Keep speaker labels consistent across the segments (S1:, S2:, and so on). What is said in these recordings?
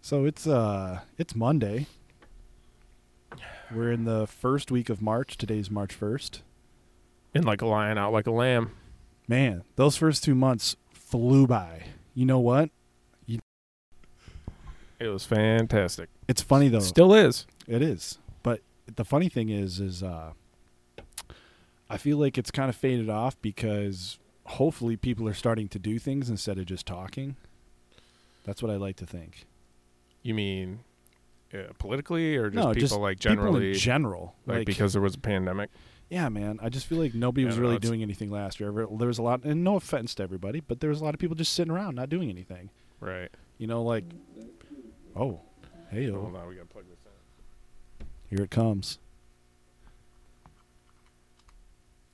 S1: So it's uh it's Monday. We're in the first week of March. Today's March 1st.
S2: And like a lion out like a lamb.
S1: Man, those first 2 months flew by. You know what?
S2: It was fantastic.
S1: It's funny though.
S2: Still is.
S1: It is. But the funny thing is is uh I feel like it's kind of faded off because hopefully people are starting to do things instead of just talking. That's what I like to think.
S2: You mean uh, politically or just
S1: No,
S2: people
S1: just
S2: like
S1: People in
S2: generally
S1: general,
S2: like, because there was a pandemic?
S1: yeah, man, I just feel like nobody
S2: I
S1: was
S2: don't know,
S1: really
S2: it's-
S1: doing anything last year. Ever- There was a lot, and no offense to everybody, but there was a lot of people just sitting around not doing anything.
S2: Right.
S1: You know, like, oh, hey,
S2: Hold
S1: oh,
S2: on, we gotta plug this in.
S1: here it comes.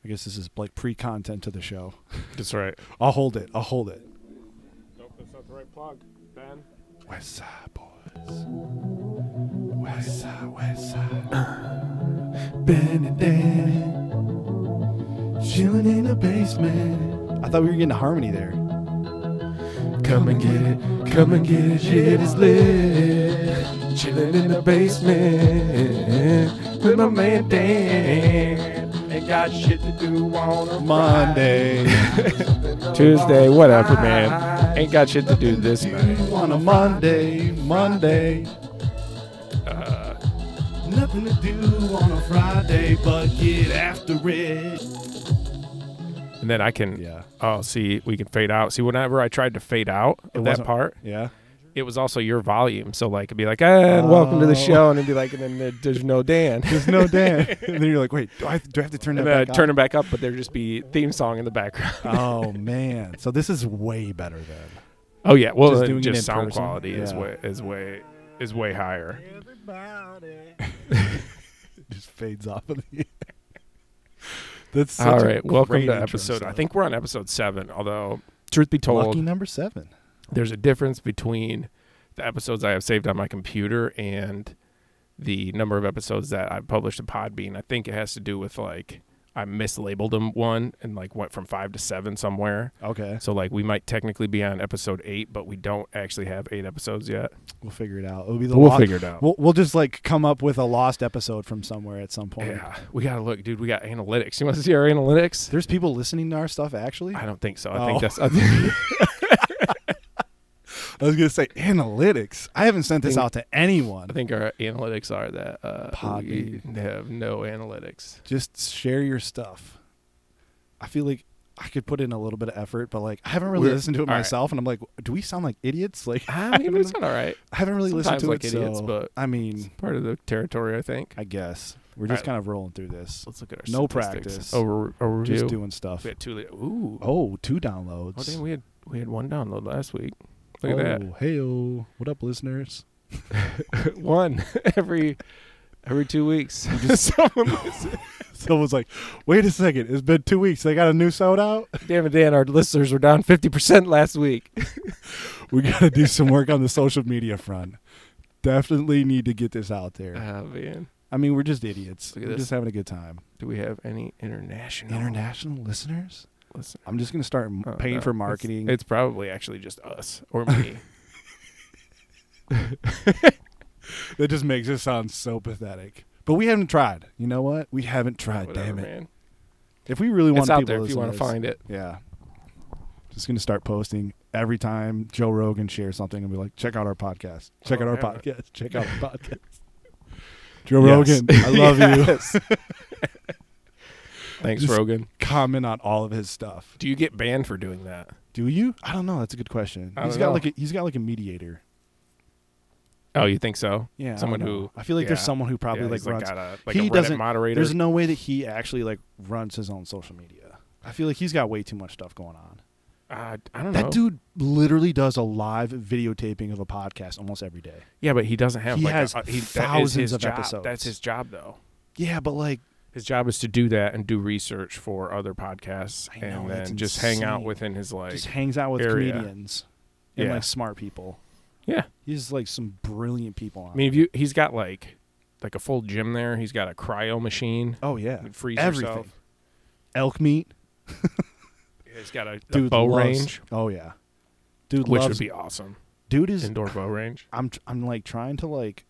S1: I guess this is like pre-content to the show.
S2: That's right.
S1: I'll hold it. I'll hold it.
S2: Nope, that's not the right plug. Ben.
S1: West Side Boys. West Side, West
S3: Uh,
S1: Side. Ben and Dan. Chilling in the basement. I thought we were getting harmony there.
S3: Come and get it, come and get it, shit is lit. Chillin' in the basement with my man Dan. Ain't got shit to do on a
S1: Monday.
S2: Tuesday, whatever, man. Ain't got shit to do this night.
S1: On a Monday, Monday. Uh, Nothing to do on a Friday but get after it.
S2: And then I can
S1: Yeah.
S2: Oh, see, we can fade out. See, whenever I tried to fade out of that
S1: wasn't-
S2: part,
S1: Yeah.
S2: it was also your volume. So like it'd be like, and welcome to
S1: Oh.
S2: the show, and it'd be like, and then there- there's no Dan.
S1: There's no Dan. and then you're like, wait, do I, do I have to turn that
S2: and then
S1: back
S2: I'd turn
S1: on?
S2: it back up, but there'd just be theme song in the background.
S1: Oh, man. So this is way better then.
S2: oh yeah, well,
S1: Just
S2: just,
S1: doing it in
S2: just sound
S1: person?
S2: quality is
S1: Yeah.
S2: way is way is way higher.
S1: just fades off of the. That's such
S2: All
S1: a
S2: right, welcome
S1: great
S2: to
S1: intro
S2: episode. I
S1: song.
S2: think we're on episode seven. Although, truth be told,
S1: lucky number seven.
S2: there's a difference between the episodes I have saved on my computer and the number of episodes that I've published in Podbean. I think it has to do with like I mislabeled them one and like went from five to seven somewhere.
S1: Okay,
S2: So like we might technically be on episode eight, but we don't actually have eight episodes yet.
S1: we'll figure it out. It'll be the
S2: But we'll
S1: lo-
S2: figure it out.
S1: We'll, we'll just like come up with a lost episode from somewhere at some point.
S2: yeah, we gotta look, dude. We got analytics. You want to see our analytics?
S1: There's people listening to our stuff actually.
S2: I
S1: I,
S2: don't think so. I
S1: Oh.
S2: think that's. I think,
S1: was gonna say analytics. I haven't sent this
S2: Think-
S1: out to anyone.
S2: I think our analytics are that uh, we
S1: Podbean.
S2: have no analytics.
S1: Just share your stuff. I feel like I could put in a little bit of effort, but like I haven't really
S2: We're-
S1: listened to it
S2: all right.
S1: myself, and I'm like, do we sound like idiots? Like
S2: I mean,
S1: don't
S2: it's not all right.
S1: I haven't really listened
S2: Sometimes
S1: to it,
S2: like idiots,
S1: so
S2: but-
S1: I
S2: It's
S1: mean,
S2: part of the territory, I think.
S1: I guess we're just
S2: Alright.
S1: kind of rolling through this.
S2: Let's look at our
S1: No practice.
S2: statistics. Oh, Over overview.
S1: Just doing stuff.
S2: We had two. Li- Ooh. Oh,
S1: Oh, two downloads.
S2: damn, we had we had one download last week. Look at
S1: Hey, what up, listeners? Oh.
S2: that. one every every two weeks. Someone listen-
S1: Someone's like, wait a second, it's been two weeks. They got a new soda out.
S2: damn it, Dan, our listeners were down fifty percent last week.
S1: We got to do some work on the social media front. Definitely need to get this out there.
S2: Oh man.
S1: I mean, we're just idiots.
S2: Look
S1: We're
S2: at this.
S1: just having a good time.
S2: Do we have any international
S1: International listeners?
S2: listen-
S1: I'm just gonna start m-
S2: Oh,
S1: paying
S2: no.
S1: for
S2: It's-
S1: marketing.
S2: It's, probably actually just us or me.
S1: that just makes it sound so pathetic. But we haven't tried. You know what? We haven't tried.
S2: Whatever,
S1: damn it!
S2: man.
S1: If we really want
S2: It's
S1: people
S2: out there
S1: to
S2: if you
S1: listen
S2: want to
S1: this-
S2: find it.
S1: Yeah. Just gonna start posting every time Joe Rogan shares something and be like, check out our podcast. Check
S2: Oh,
S1: out our
S2: yeah.
S1: podcast. Check out our podcast. Joe
S2: Yes.
S1: Rogan, I love you.
S2: Thanks,
S1: Just-
S2: Rogan.
S1: Comment on all of his stuff.
S2: Do you get banned for doing that?
S1: Do you? I don't know. That's a good question.
S2: I
S1: He's
S2: don't
S1: got
S2: know.
S1: like a, he's got like a mediator.
S2: Oh, you think so?
S1: Yeah. I
S2: Someone
S1: don't know.
S2: who
S1: I feel like there's
S2: yeah.
S1: someone who probably
S2: Yeah,
S1: like
S2: he's, like
S1: runs.
S2: got a, like
S1: he
S2: a Reddit
S1: doesn't-
S2: moderator.
S1: there's no way that he actually like runs his own social media. I feel like he's got way too much stuff going on.
S2: Uh, I don't know.
S1: That dude literally does a live videotaping of a podcast almost every day.
S2: Yeah, but he doesn't have.
S1: He
S2: like
S1: has
S2: a, uh, he, that is
S1: thousands
S2: his
S1: of
S2: job.
S1: episodes.
S2: That's his job, though.
S1: Yeah, but like
S2: His job is to do that and do research for other podcasts,
S1: I know,
S2: and
S1: that's
S2: then just hang out
S1: insane.
S2: within his like.
S1: just hangs out with
S2: area.
S1: comedians and
S2: Yeah.
S1: like smart people.
S2: yeah,
S1: He's like some brilliant people. On
S2: I mean, if you he's got like like a full gym there. He's got a cryo machine.
S1: oh yeah,
S2: You freeze
S1: everything.
S2: yourself.
S1: Elk meat,
S2: He's got a, a
S1: dude.
S2: bow
S1: loves-
S2: range,
S1: Oh yeah, dude
S2: which
S1: loves
S2: would be awesome.
S1: dude is
S2: indoor bow range.
S1: I'm tr- I'm like trying to like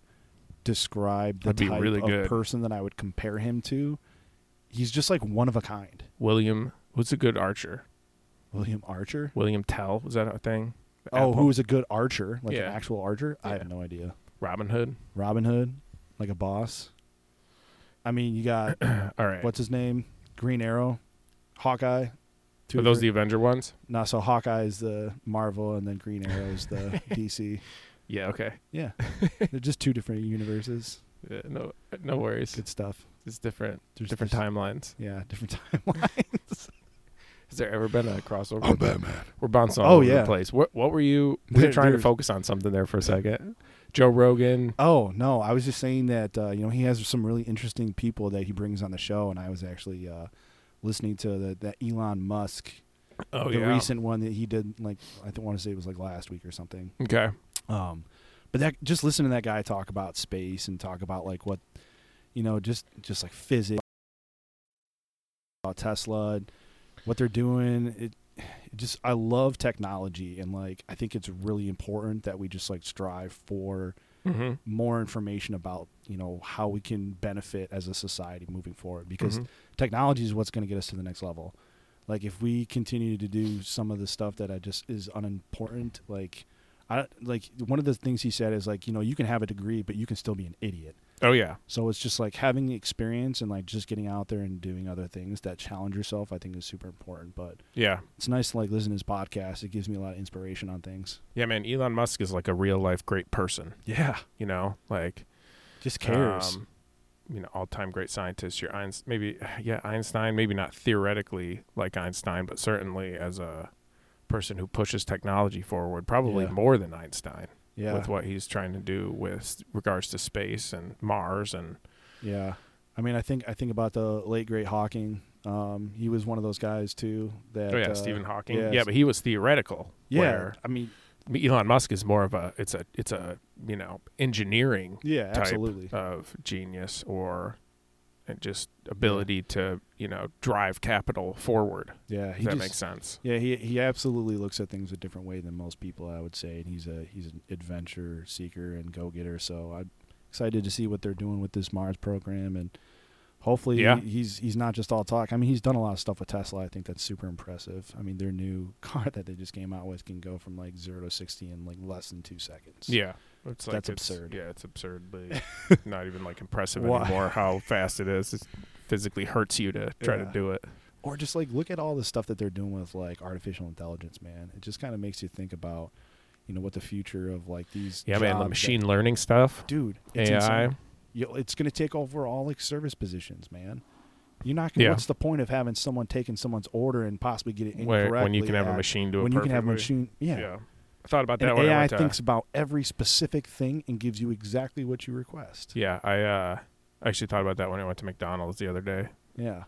S1: describe the
S2: That'd be
S1: type
S2: really
S1: of
S2: good.
S1: person that I would compare him to. He's just like one of a kind.
S2: William, who's a good archer?
S1: William Archer.
S2: William Tell was that a thing?
S1: Oh,
S2: Apple-
S1: who is a good archer, like
S2: Yeah.
S1: an actual archer? I
S2: Yeah.
S1: have no idea.
S2: Robin Hood?
S1: Robin Hood, like a boss. I mean, you got
S2: All right.
S1: what's his name? Green Arrow, Hawkeye.
S2: Are
S1: of
S2: those
S1: her-
S2: the Avenger ones?
S1: no, so Hawkeye is the Marvel, and then Green Arrow is the DC.
S2: Yeah. Okay.
S1: Yeah, they're just two different universes.
S2: Yeah, no, no worries.
S1: Good stuff.
S2: It's different,
S1: There's
S2: different
S1: there's-
S2: timelines.
S1: Yeah, different timelines.
S2: Has there ever been a crossover? We're bouncing all
S1: Oh,
S2: over
S1: yeah.
S2: the place. What What were you? We
S1: There-
S2: were trying to
S1: there's-
S2: focus on something there for a second. Joe Rogan.
S1: Oh no, I was just saying that uh, you know he has some really interesting people that he brings on the show, and I was actually uh, listening to the that Elon Musk,
S2: Oh
S1: the recent one that he did like I want to say it was like last week or something.
S2: Okay.
S1: Um, but that just listen to that guy talk about space and talk about like what you know just just like physics about Tesla, and what they're doing. It, it just I love technology and like I think it's really important that we just like strive for
S2: Mm-hmm.
S1: more information about you know how we can benefit as a society moving forward
S2: Mm-hmm.
S1: because technology is what's going to get us to the next level like if we continue to do some of the stuff that i just is unimportant like i like one of the things he said is like you know you can have a degree but you can still be an idiot
S2: oh yeah,
S1: so it's just like having the experience and like just getting out there and doing other things that challenge yourself i think is super important but
S2: yeah,
S1: it's nice to like listen to his podcast it gives me a lot of inspiration on things
S2: yeah, man. Elon Musk is like a real life great person.
S1: yeah
S2: You know, like
S1: just cares
S2: um, you know, all time great scientist. Your Einstein, maybe yeah, Einstein. Maybe not theoretically like Einstein, but certainly as a person who pushes technology forward, probably
S1: Yeah.
S2: more than Einstein
S1: yeah
S2: with what he's trying to do with s- regards to space and Mars and
S1: Yeah, I mean, I think I think about the late great Hawking. Um, he was one of those guys too. That
S2: oh yeah,
S1: uh,
S2: Stephen Hawking.
S1: yeah,
S2: yeah, but he was theoretical.
S1: yeah.
S2: where
S1: I mean,
S2: Elon Musk is more of a it's a it's a you know engineering
S1: yeah,
S2: type
S1: absolutely.
S2: of genius or uh, just ability to you know drive capital forward.
S1: Yeah,
S2: If
S1: he
S2: that
S1: just,
S2: makes sense.
S1: yeah he he absolutely looks at things a different way than most people. I would say, and he's a he's an adventure seeker and go getter. So I'm excited to see what they're doing with this Mars program and. Hopefully
S2: Yeah.
S1: he's he's not just all talk. I mean, he's done a lot of stuff with Tesla. I think that's super impressive. I mean, their new car that they just came out with can go from like zero to sixty in like less than two seconds.
S2: Yeah, it's
S1: That's
S2: it's-
S1: absurd.
S2: Yeah, it's absurdly not even like impressive
S1: Why?
S2: anymore. How fast it is. It physically hurts you to try to
S1: Yeah.
S2: do it.
S1: or just like look at all the stuff that they're doing with like artificial intelligence, man. It just kind of makes you think about, you know, what the future of like these.
S2: Yeah, man.
S1: jobs
S2: The
S1: that-
S2: machine learning stuff.
S1: dude, it's
S2: AI.
S1: insane. You- it's going to take over all like service positions, man. You're not. Gonna,
S2: Yeah.
S1: What's the point of having someone taking someone's order and possibly get it incorrectly?
S2: Where, when you can have a
S1: at-
S2: machine do it
S1: When you can have a
S2: perfectly.
S1: machine, yeah.
S2: I thought about that
S1: And
S2: when I
S1: AI
S2: went to-
S1: thinks about every specific thing and gives you exactly what you request.
S2: Yeah, I uh, actually thought about that when I went to McDonald's the other day.
S1: Yeah.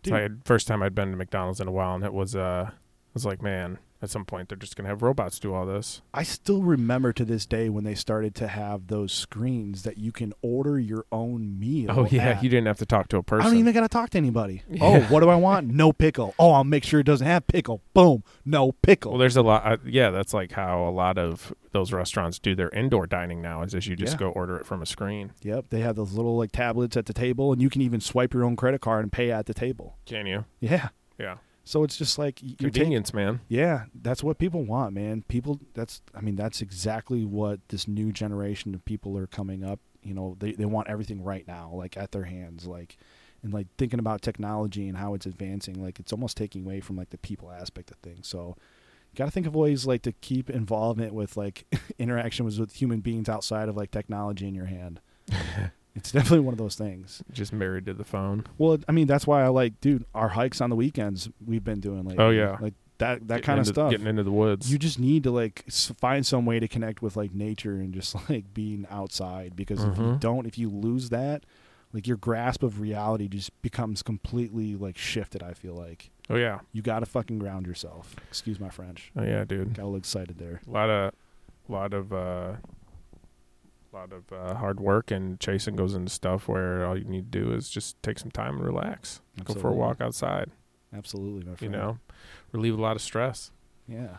S2: It's
S1: Dude.
S2: my first time I'd been to McDonald's in a while, and it was uh, I was like, man, at some point they're just gonna have robots do all this.
S1: I still remember to this day when they started to have those screens that you can order your own meal.
S2: Oh yeah,
S1: at.
S2: you didn't have to talk to a person.
S1: I don't even gotta talk to anybody. Oh,
S2: Yeah.
S1: what do I want? No pickle. Oh, I'll make sure it doesn't have pickle. Boom. No pickle.
S2: well, there's a lot. Uh, yeah, that's like how a lot of those restaurants do their indoor dining now. Is is you just
S1: Yeah.
S2: go order it from a screen.
S1: yep, they have those little like tablets at the table, and you can even swipe your own credit card and pay at the table.
S2: Can you?
S1: Yeah.
S2: Yeah,
S1: So it's just like y- you're taking.
S2: convenience, man.
S1: Yeah, that's what people want, man. People. That's. I mean, that's exactly what this new generation of people are coming up. You know, they they want everything right now, like at their hands, like. And like thinking about technology and how it's advancing, like it's almost taking away from like the people aspect of things. So, got to think of ways like to keep involvement with like interaction with, with human beings outside of like technology in your hand. it's definitely one of those things.
S2: Just married to the phone.
S1: Well, I mean that's why I like, dude, our hikes on the weekends we've been doing like,
S2: Oh, yeah.
S1: like that that
S2: Getting
S1: kind of
S2: into-
S1: stuff.
S2: Getting into the woods.
S1: you just need to like s- find some way to connect with like nature and just like being outside because if you
S2: Mhm.
S1: don't, if you lose that, like your grasp of reality just becomes completely like shifted. I feel like
S2: oh yeah,
S1: you got to fucking ground yourself. Excuse my French.
S2: oh yeah, dude.
S1: Got a little excited there.
S2: A lot of, lot of, uh, lot of uh, hard work and chasing goes into stuff where all you need to do is just take some time and relax, go for a
S1: Absolutely.
S2: walk outside.
S1: Absolutely, my
S2: You
S1: friend.
S2: know, relieve a lot of stress.
S1: Yeah.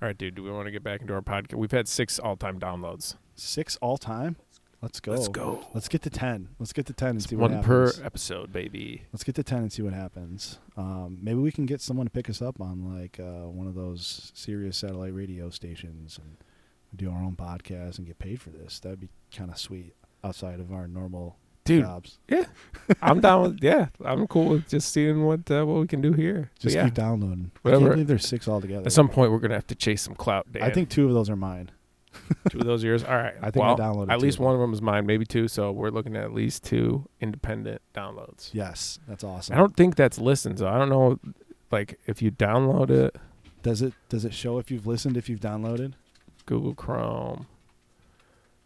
S2: All right, dude. Do we want to get back into our podcast? We've had six all-time downloads.
S1: Six all time. Let's go.
S2: Let's go.
S1: Let's get to ten. Let's get to ten and see what
S2: One per
S1: happens.
S2: episode, baby.
S1: Let's get to ten and see what happens. Um, maybe we can get someone to pick us up on like uh, one of those serious satellite radio stations and do our own podcast and get paid for this. That'd be kind of sweet outside of our normal
S2: Dude,
S1: jobs.
S2: I'm down. With, yeah, I'm cool with just seeing what uh, what we can do here. But
S1: Just
S2: yeah,
S1: keep downloading. I
S2: Whatever.
S1: can't believe there's six altogether.
S2: at some point we're gonna have to chase some clout. Dan.
S1: I think two of those are mine.
S2: two of those years. All right.
S1: I think I
S2: well,
S1: downloaded
S2: at
S1: two.
S2: least one of them is mine, maybe two. So we're looking at at least two independent downloads.
S1: Yes, that's awesome.
S2: I don't think that's listened. So I don't know, like if you download it,
S1: does it does it show if you've listened if you've downloaded?
S2: Google Chrome,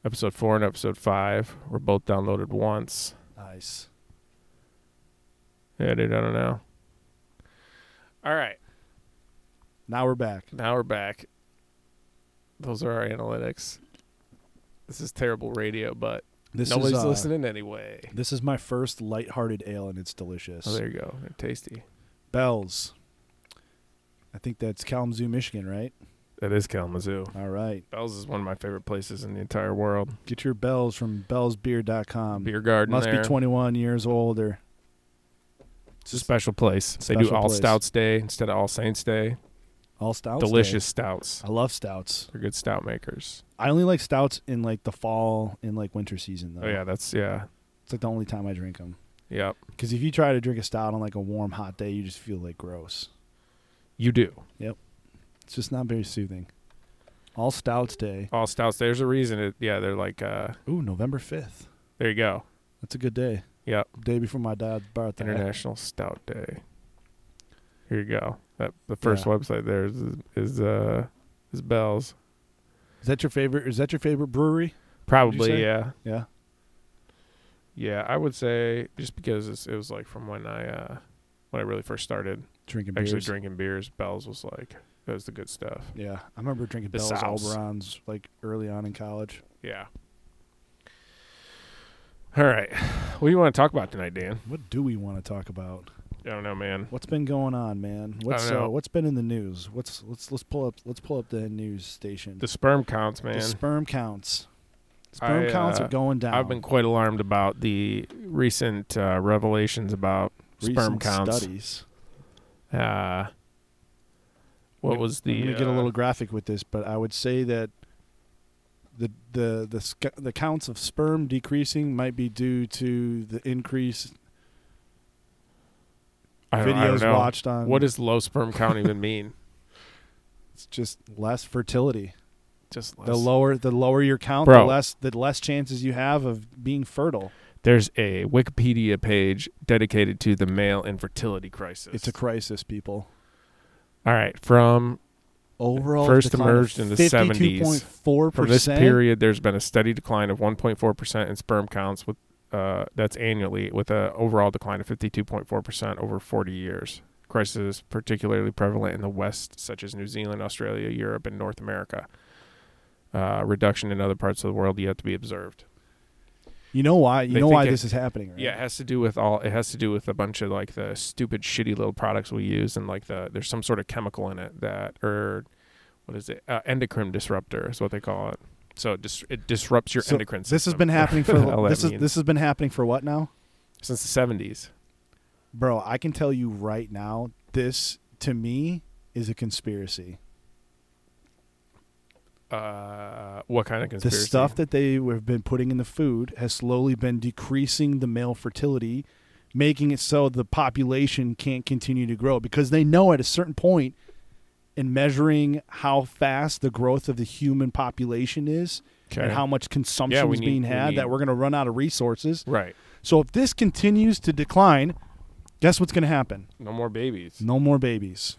S2: episode four and episode five were both downloaded once.
S1: Nice.
S2: Yeah, dude. I don't know. All right.
S1: Now we're back.
S2: Now we're back. Those are our analytics. This is terrible radio, but
S1: This
S2: nobody's
S1: is uh,
S2: listening anyway.
S1: This is my first lighthearted ale and it's delicious.
S2: Oh, there you go. They're tasty.
S1: Bells. I think that's Kalamazoo, Michigan, right?
S2: That is Kalamazoo.
S1: All right.
S2: Bell's is one of my favorite places in the entire world.
S1: Get your bells from bellsbeer.com.
S2: Beer garden
S1: Um, Must
S2: there.
S1: be 21 years old or
S2: It's a special place. they do
S1: Special
S2: All
S1: place.
S2: Stouts Day instead of All Saints Day.
S1: all stouts. day.
S2: Delicious stouts.
S1: I love stouts.
S2: They're good stout makers.
S1: I only like stouts in like the fall and like winter season though.
S2: Oh yeah, that's yeah,
S1: It's like the only time I drink them.
S2: yep.
S1: Because if you try to drink a stout on like a warm, hot day, you just feel like gross.
S2: You do
S1: It's just not very soothing. All Stouts Day.
S2: All Stouts. There's a reason. It, yeah, they're like uh,
S1: Ooh, November 5th.
S2: there you go.
S1: That's a good day.
S2: Yep.
S1: Day before my dad's birthday.
S2: International Stout Day. Here you go. That the first
S1: Yeah.
S2: website there is is uh is Bell's
S1: Is that your favorite? Is that your favorite brewery?
S2: probably
S1: say?
S2: yeah
S1: Yeah.
S2: yeah I would say just because it's, it was like from when I uh when I really first started
S1: Drinking
S2: actually
S1: beers.
S2: drinking beers. Bell's was like that was the good stuff.
S1: Yeah. I remember drinking
S2: The
S1: Bell's
S2: Souse.
S1: Oberon's like early on in college.
S2: Yeah. All right. What do you want to talk about tonight, Dan?
S1: What do we want to talk about?
S2: I don't know, man.
S1: What's been going on, man? What's
S2: don't
S1: uh,
S2: know.
S1: what's been in the news? What's let's let's pull up let's pull up the news station.
S2: The sperm counts,
S1: The
S2: man.
S1: sperm counts. Sperm
S2: I,
S1: counts
S2: uh,
S1: are going down.
S2: I've been quite alarmed about the recent uh, revelations about sperm
S1: Recent
S2: counts.
S1: Studies.
S2: Uh,
S1: Let
S2: what
S1: me-
S2: was
S1: I'm
S2: the
S1: gonna get a
S2: uh,
S1: little graphic with this, but I would say that the the the sc- the counts of sperm decreasing might be due to the increase
S2: I don't- I don't
S1: videos
S2: know.
S1: watched on
S2: What does low sperm count even mean?
S1: it's just less fertility.
S2: Just
S1: The
S2: less-
S1: lower the lower your count, the
S2: Bro.
S1: less the less chances you have of being fertile.
S2: There's a Wikipedia page dedicated to the male infertility crisis.
S1: It's a crisis, people.
S2: all right from
S1: Overall,
S2: First
S1: decline of
S2: emerged in the 70s.
S1: 52.4
S2: For this
S1: percent.
S2: period, there's been a steady decline of 1.4% in sperm counts with uh, that's annually, with an overall decline of 52.4% over 40 years. Crisis is particularly prevalent in the West, such as New Zealand, Australia, Europe, and North America. Uh, reduction in other parts of the world yet to be observed.
S1: You know why? You
S2: They
S1: know why
S2: think it-
S1: this is happening? Right?
S2: Yeah, it has to do with all. It has to do with a bunch of like the stupid, shitty little products we use, and like the there's some sort of chemical in it that or what is it? Uh, endocrine disruptor is what they call it. So it, dis- it disrupts your
S1: So
S2: endocrine.
S1: This has
S2: system.
S1: been happening for
S2: What the hell that
S1: this is
S2: mean?
S1: this has been happening for what now?
S2: since the seventies.
S1: Bro, I can tell you right now, this to me is a conspiracy.
S2: Uh, what kind of
S1: The
S2: conspiracy?
S1: stuff that they have been putting in the food has slowly been decreasing the male fertility, making it so the population can't continue to grow because they know at a certain point in measuring how fast the growth of the human population is and
S2: Okay.
S1: how much consumption
S2: we
S1: is
S2: need-
S1: being
S2: we
S1: had
S2: need-
S1: that we're going to run out of resources.
S2: right.
S1: So if this continues to decline, guess what's going to happen?
S2: No more babies.
S1: No more babies.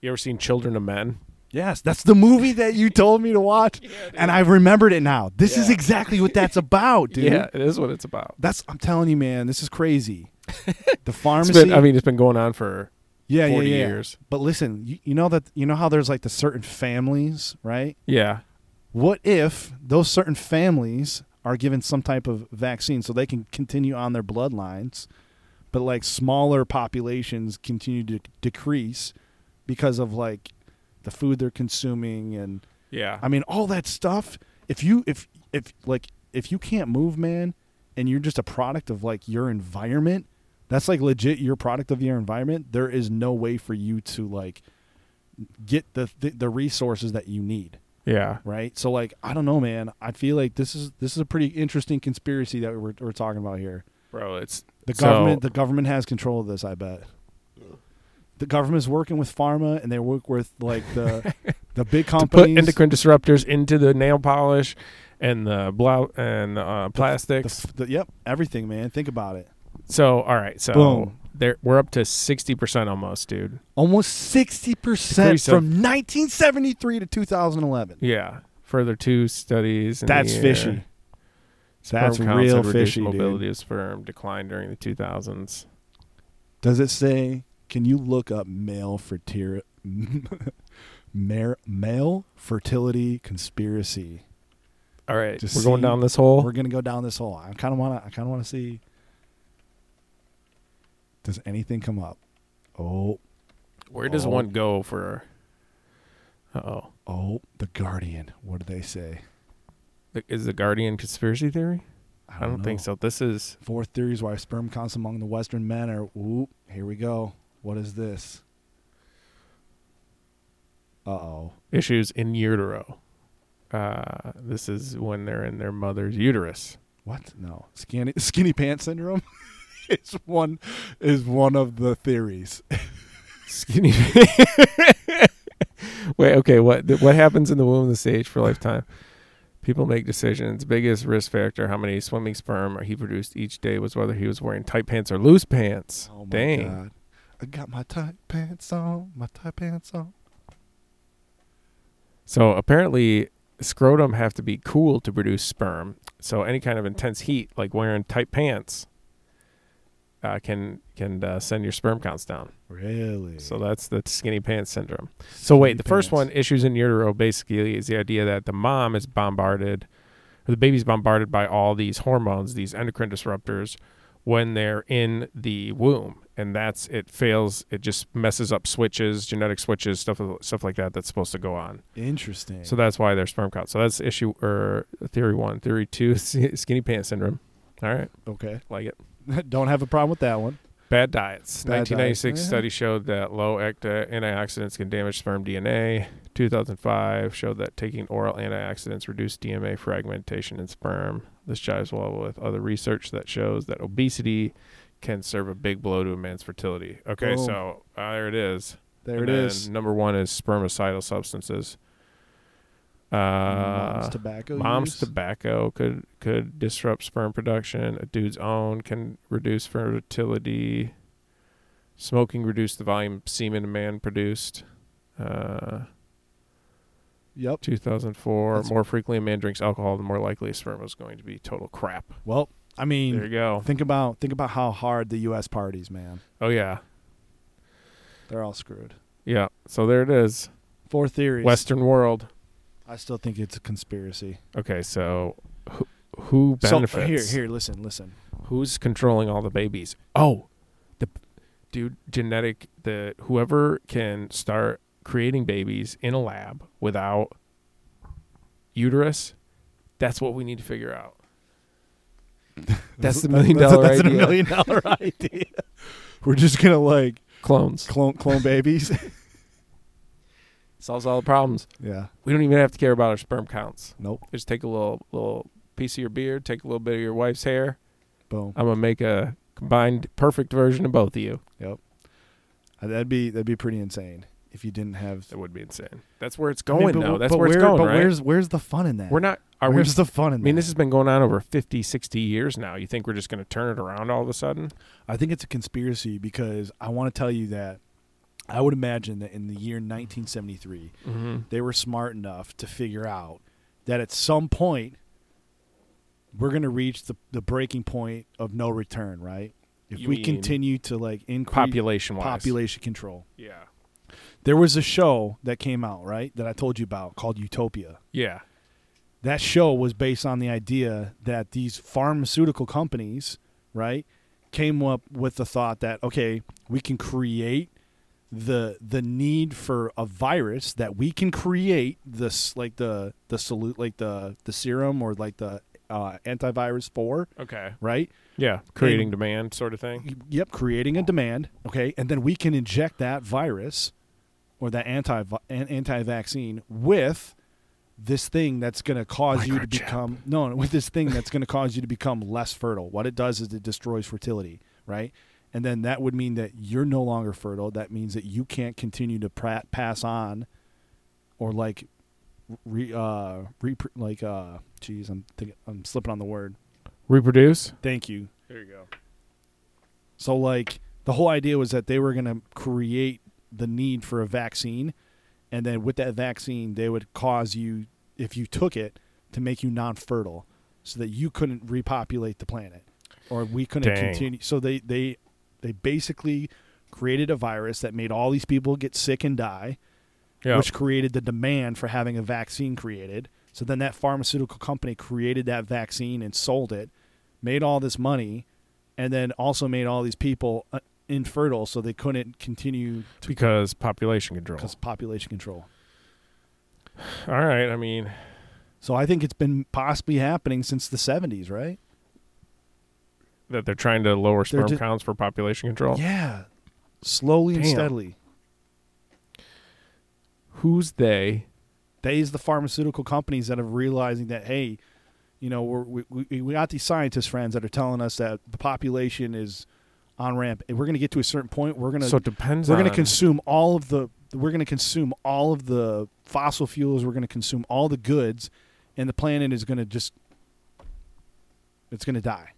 S2: You ever seen Children of Men?
S1: Yes, that's the movie that you told me to watch, and I remembered it now. This is
S2: Yeah.
S1: exactly what that's about, dude.
S2: Yeah, it is what it's about.
S1: That's I'm telling you, man. This is crazy. The
S2: It's
S1: pharmacy.
S2: been, I mean, it's been going on for
S1: yeah, yeah,
S2: forty
S1: yeah.
S2: years.
S1: But listen, you, you know that you know how there's like the certain families, right?
S2: Yeah.
S1: What if those certain families are given some type of vaccine so they can continue on their bloodlines, but like smaller populations continue to decrease because of like the food they're consuming and
S2: Yeah.
S1: I mean, all that stuff. If you if if like if you can't move, man, and you're just a product of like your environment, that's like legit. You're a product of your environment. There is no way for you to like get the the, the resources that you need,
S2: yeah.
S1: right? So like, I don't know, man. I feel like this is this is a pretty interesting conspiracy that we're we're talking about here.
S2: Bro, it's
S1: The
S2: So-
S1: government the government has control of this, I bet. The government's working with pharma, and they work with like the the big
S2: to put
S1: companies.
S2: endocrine disruptors into the nail polish and the blow and uh,
S1: The
S2: plastics.
S1: f- the- yep, everything, man. Think about it.
S2: so all right, so
S1: Boom.
S2: there we're up to sixty percent almost, dude.
S1: Almost sixty percent
S2: Decrease of-
S1: from 1973 to 2011.
S2: Yeah. Further two studies. in the
S1: That's
S2: year.
S1: fishy.
S2: Sperm
S1: That's
S2: counts
S1: real
S2: had reduced
S1: fishy, dude.
S2: Mobility of sperm declined during the 2000s.
S1: Does it say? Can you look up male fertility? male fertility conspiracy.
S2: All right,
S1: To
S2: we're going
S1: see-
S2: down this hole.
S1: We're gonna go down this hole. I kind of wanna. I kind of wanna see. Does anything come up? Oh,
S2: Where does
S1: Oh.
S2: one go for? Oh,
S1: oh, the Guardian. What do they say?
S2: is the Guardian conspiracy theory? I don't, think
S1: know.
S2: so. This is
S1: Four theories why sperm counts among the Western men are. Ooh, here we go. What is this? Uh oh.
S2: issues in utero. Uh, this is when they're in their mother's uterus.
S1: What? No. Skinny skinny pants syndrome is one is one of the theories.
S2: Skinny. Wait, okay. What th- what happens in the womb of the stage for lifetime? People make decisions. Biggest risk factor: how many swimming sperm he produced each day was whether he was wearing tight pants or loose pants.
S1: Oh my
S2: Dang.
S1: god. I got my tight pants on. My tight pants on.
S2: So apparently, scrotum have to be cool to produce sperm. So any kind of intense heat, like wearing tight pants, uh, can can uh, send your sperm counts down.
S1: Really?
S2: So that's the skinny pants syndrome. So wait, the first one,
S1: Skinny
S2: issues in utero, basically is the idea that the mom is bombarded, or the baby's bombarded by all these hormones, these endocrine disruptors, when they're in the womb, and that's it fails. It just messes up switches, genetic switches, stuff stuff like that that's supposed to go on.
S1: pants. Interesting.
S2: So that's why they're sperm count. So that's issue or theory one, theory two, skinny pants syndrome. All right,
S1: okay.
S2: like it.
S1: Don't have a problem with that one.
S2: Bad diets.
S1: Bad diets.
S2: 1996
S1: Yeah.
S2: study showed that low act- uh, antioxidants can damage sperm DNA. 2005 showed that taking oral antioxidants reduced DMA fragmentation in sperm. This jives well with other research that shows that obesity can serve a big blow to a man's fertility. Okay,
S1: Boom.
S2: so uh, there it is.
S1: There
S2: And
S1: it
S2: then
S1: is.
S2: Number one is spermicidal substances. Uh,
S1: mom's tobacco.
S2: mom's
S1: use?
S2: tobacco could could disrupt sperm production. A dude's own can reduce fertility. Smoking reduced the volume of semen a man produced. Uh,
S1: Yep.
S2: 2004.
S1: That's-
S2: more frequently a man drinks alcohol, the more likely his sperm is going to be total crap.
S1: Well, I mean,
S2: There you go.
S1: Think about think about how hard the U.S. parties, man.
S2: Oh yeah,
S1: They're all screwed.
S2: yeah. So there it is.
S1: Four theories.
S2: Western world.
S1: I still think it's a conspiracy.
S2: Okay, so who, who benefits?
S1: So uh, here, here, listen, listen.
S2: Who's controlling all the babies? Oh, the dude genetic the whoever can start creating babies in a lab without uterus. That's what we need to figure out. That's the million
S1: That's-
S2: dollar
S1: that's
S2: idea.
S1: a million dollar idea. We're just gonna like
S2: Clones
S1: clone clone babies.
S2: solves all the problems.
S1: yeah.
S2: We don't even have to care about our sperm counts.
S1: Nope.
S2: Just take a little little piece of your beard, take a little bit of your wife's hair.
S1: Boom.
S2: I'm gonna make a combined perfect version of both of you.
S1: Uh, That'd be that'd be pretty insane if you didn't have
S2: That would be insane. That's where it's
S1: I mean,
S2: going
S1: but
S2: though.
S1: wh-
S2: That's
S1: but
S2: where it's
S1: where-
S2: going,
S1: But
S2: right?
S1: where's where's the fun in that?
S2: We're not. Are we
S1: where's the fun in
S2: I
S1: that?
S2: mean, this has been going on over 50, 60 years now. You think we're just going to turn it around all of a sudden?
S1: I think it's a conspiracy because I want to tell you that I would imagine that in the year 1973,
S2: Mm-hmm.
S1: they were smart enough to figure out that at some point we're going to reach the, the breaking point of no return, right? If
S2: You
S1: we
S2: mean
S1: continue to like increase
S2: Population wise.
S1: population control.
S2: Yeah.
S1: There was a show that came out, right, that I told you about called Utopia.
S2: Yeah.
S1: That show was based on the idea that these pharmaceutical companies, right, came up with the thought that okay, we can create the the need for a virus that we can create this like the the salute like the the serum or like the uh, antivirus for
S2: Okay.
S1: right
S2: Yeah. Creating demand sort of thing.
S1: yep creating a demand okay and then we can inject that virus or that anti anti vaccine with this thing that's going to cause you to
S2: Microchip.
S1: become no no, with this thing that's going to cause you to become less fertile what it does is it destroys fertility right and then that would mean that you're no longer fertile that means that you can't continue to pra- pass on or like re uh re like uh geez i'm thinking, i'm slipping on the word
S2: Reproduce.
S1: thank you
S2: There you go.
S1: so like the whole idea was that they were going to create the need for a vaccine and then with that vaccine they would cause you if you took it to make you non-fertile so that you couldn't repopulate the planet or we couldn't
S2: Dang.
S1: continue so they they they basically created a virus that made all these people get sick and die
S2: Yeah.
S1: which created the demand for having a vaccine created. So then that pharmaceutical company created that vaccine and sold it, made all this money, and then also made all these people uh, infertile so they couldn't continue
S2: because population control.
S1: because population control.
S2: All right. I mean,
S1: So I think it's been possibly happening since the 70s, right?
S2: that they're trying to lower sperm
S1: just-
S2: counts for population control.
S1: Yeah. Slowly and
S2: Oh. Damn.
S1: steadily.
S2: Who's they?
S1: They is the pharmaceutical companies that are realizing that, hey, you know, we're, we, we, we got these scientist friends that are telling us that the population is on ramp. And we're going to get to a certain point. We're going to
S2: so it depends.
S1: we're going to
S2: on-
S1: consume all of the we're going to consume all of the fossil fuels we're going to consume all the goods and the planet is going to just it's going to die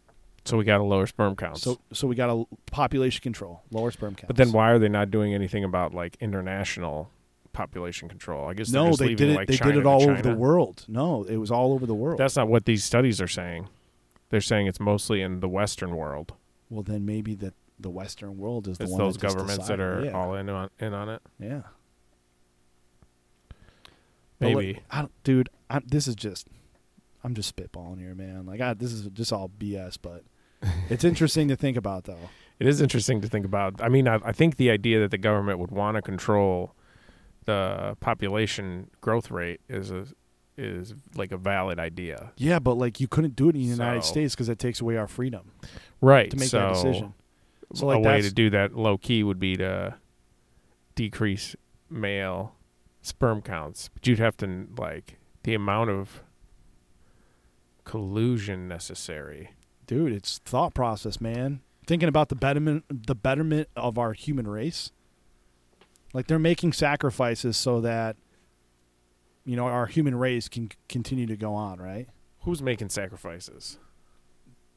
S2: So we got to lower sperm counts.
S1: so so we got a population control lower sperm counts
S2: but then why are they not doing anything about like international population control? I guess they're
S1: no
S2: just
S1: they
S2: leaving,
S1: did it
S2: like,
S1: they
S2: China
S1: did it
S2: to
S1: all over the
S2: China.
S1: world no it was all over the world
S2: That's not what these studies are saying. They're saying it's mostly in the Western world.
S1: well then maybe that the western world is the
S2: It's
S1: one
S2: those
S1: that just
S2: governments that
S1: decided.
S2: are
S1: yeah,
S2: all in on, in on it.
S1: yeah But look,
S2: Maybe.
S1: I don't, dude I, this is just i'm just spitballing here man like I, this is just all bs but it's interesting to think about though
S2: It is interesting to think about. I mean, I, I think the idea that the government would want to control the population growth rate is a is like a valid idea,
S1: Yeah, but like you couldn't do it in the United
S2: So-
S1: States because that takes away our freedom
S2: right?
S1: to make
S2: so
S1: that decision. So like
S2: a way
S1: that's
S2: to do that low key would be to decrease male sperm counts, but you'd have to like the amount of collusion necessary.
S1: dude, it's thought process, man. Thinking about the betterment, the betterment of our human race. Like they're making sacrifices so that you know our human race can c- continue to go on, right?
S2: Who's making sacrifices?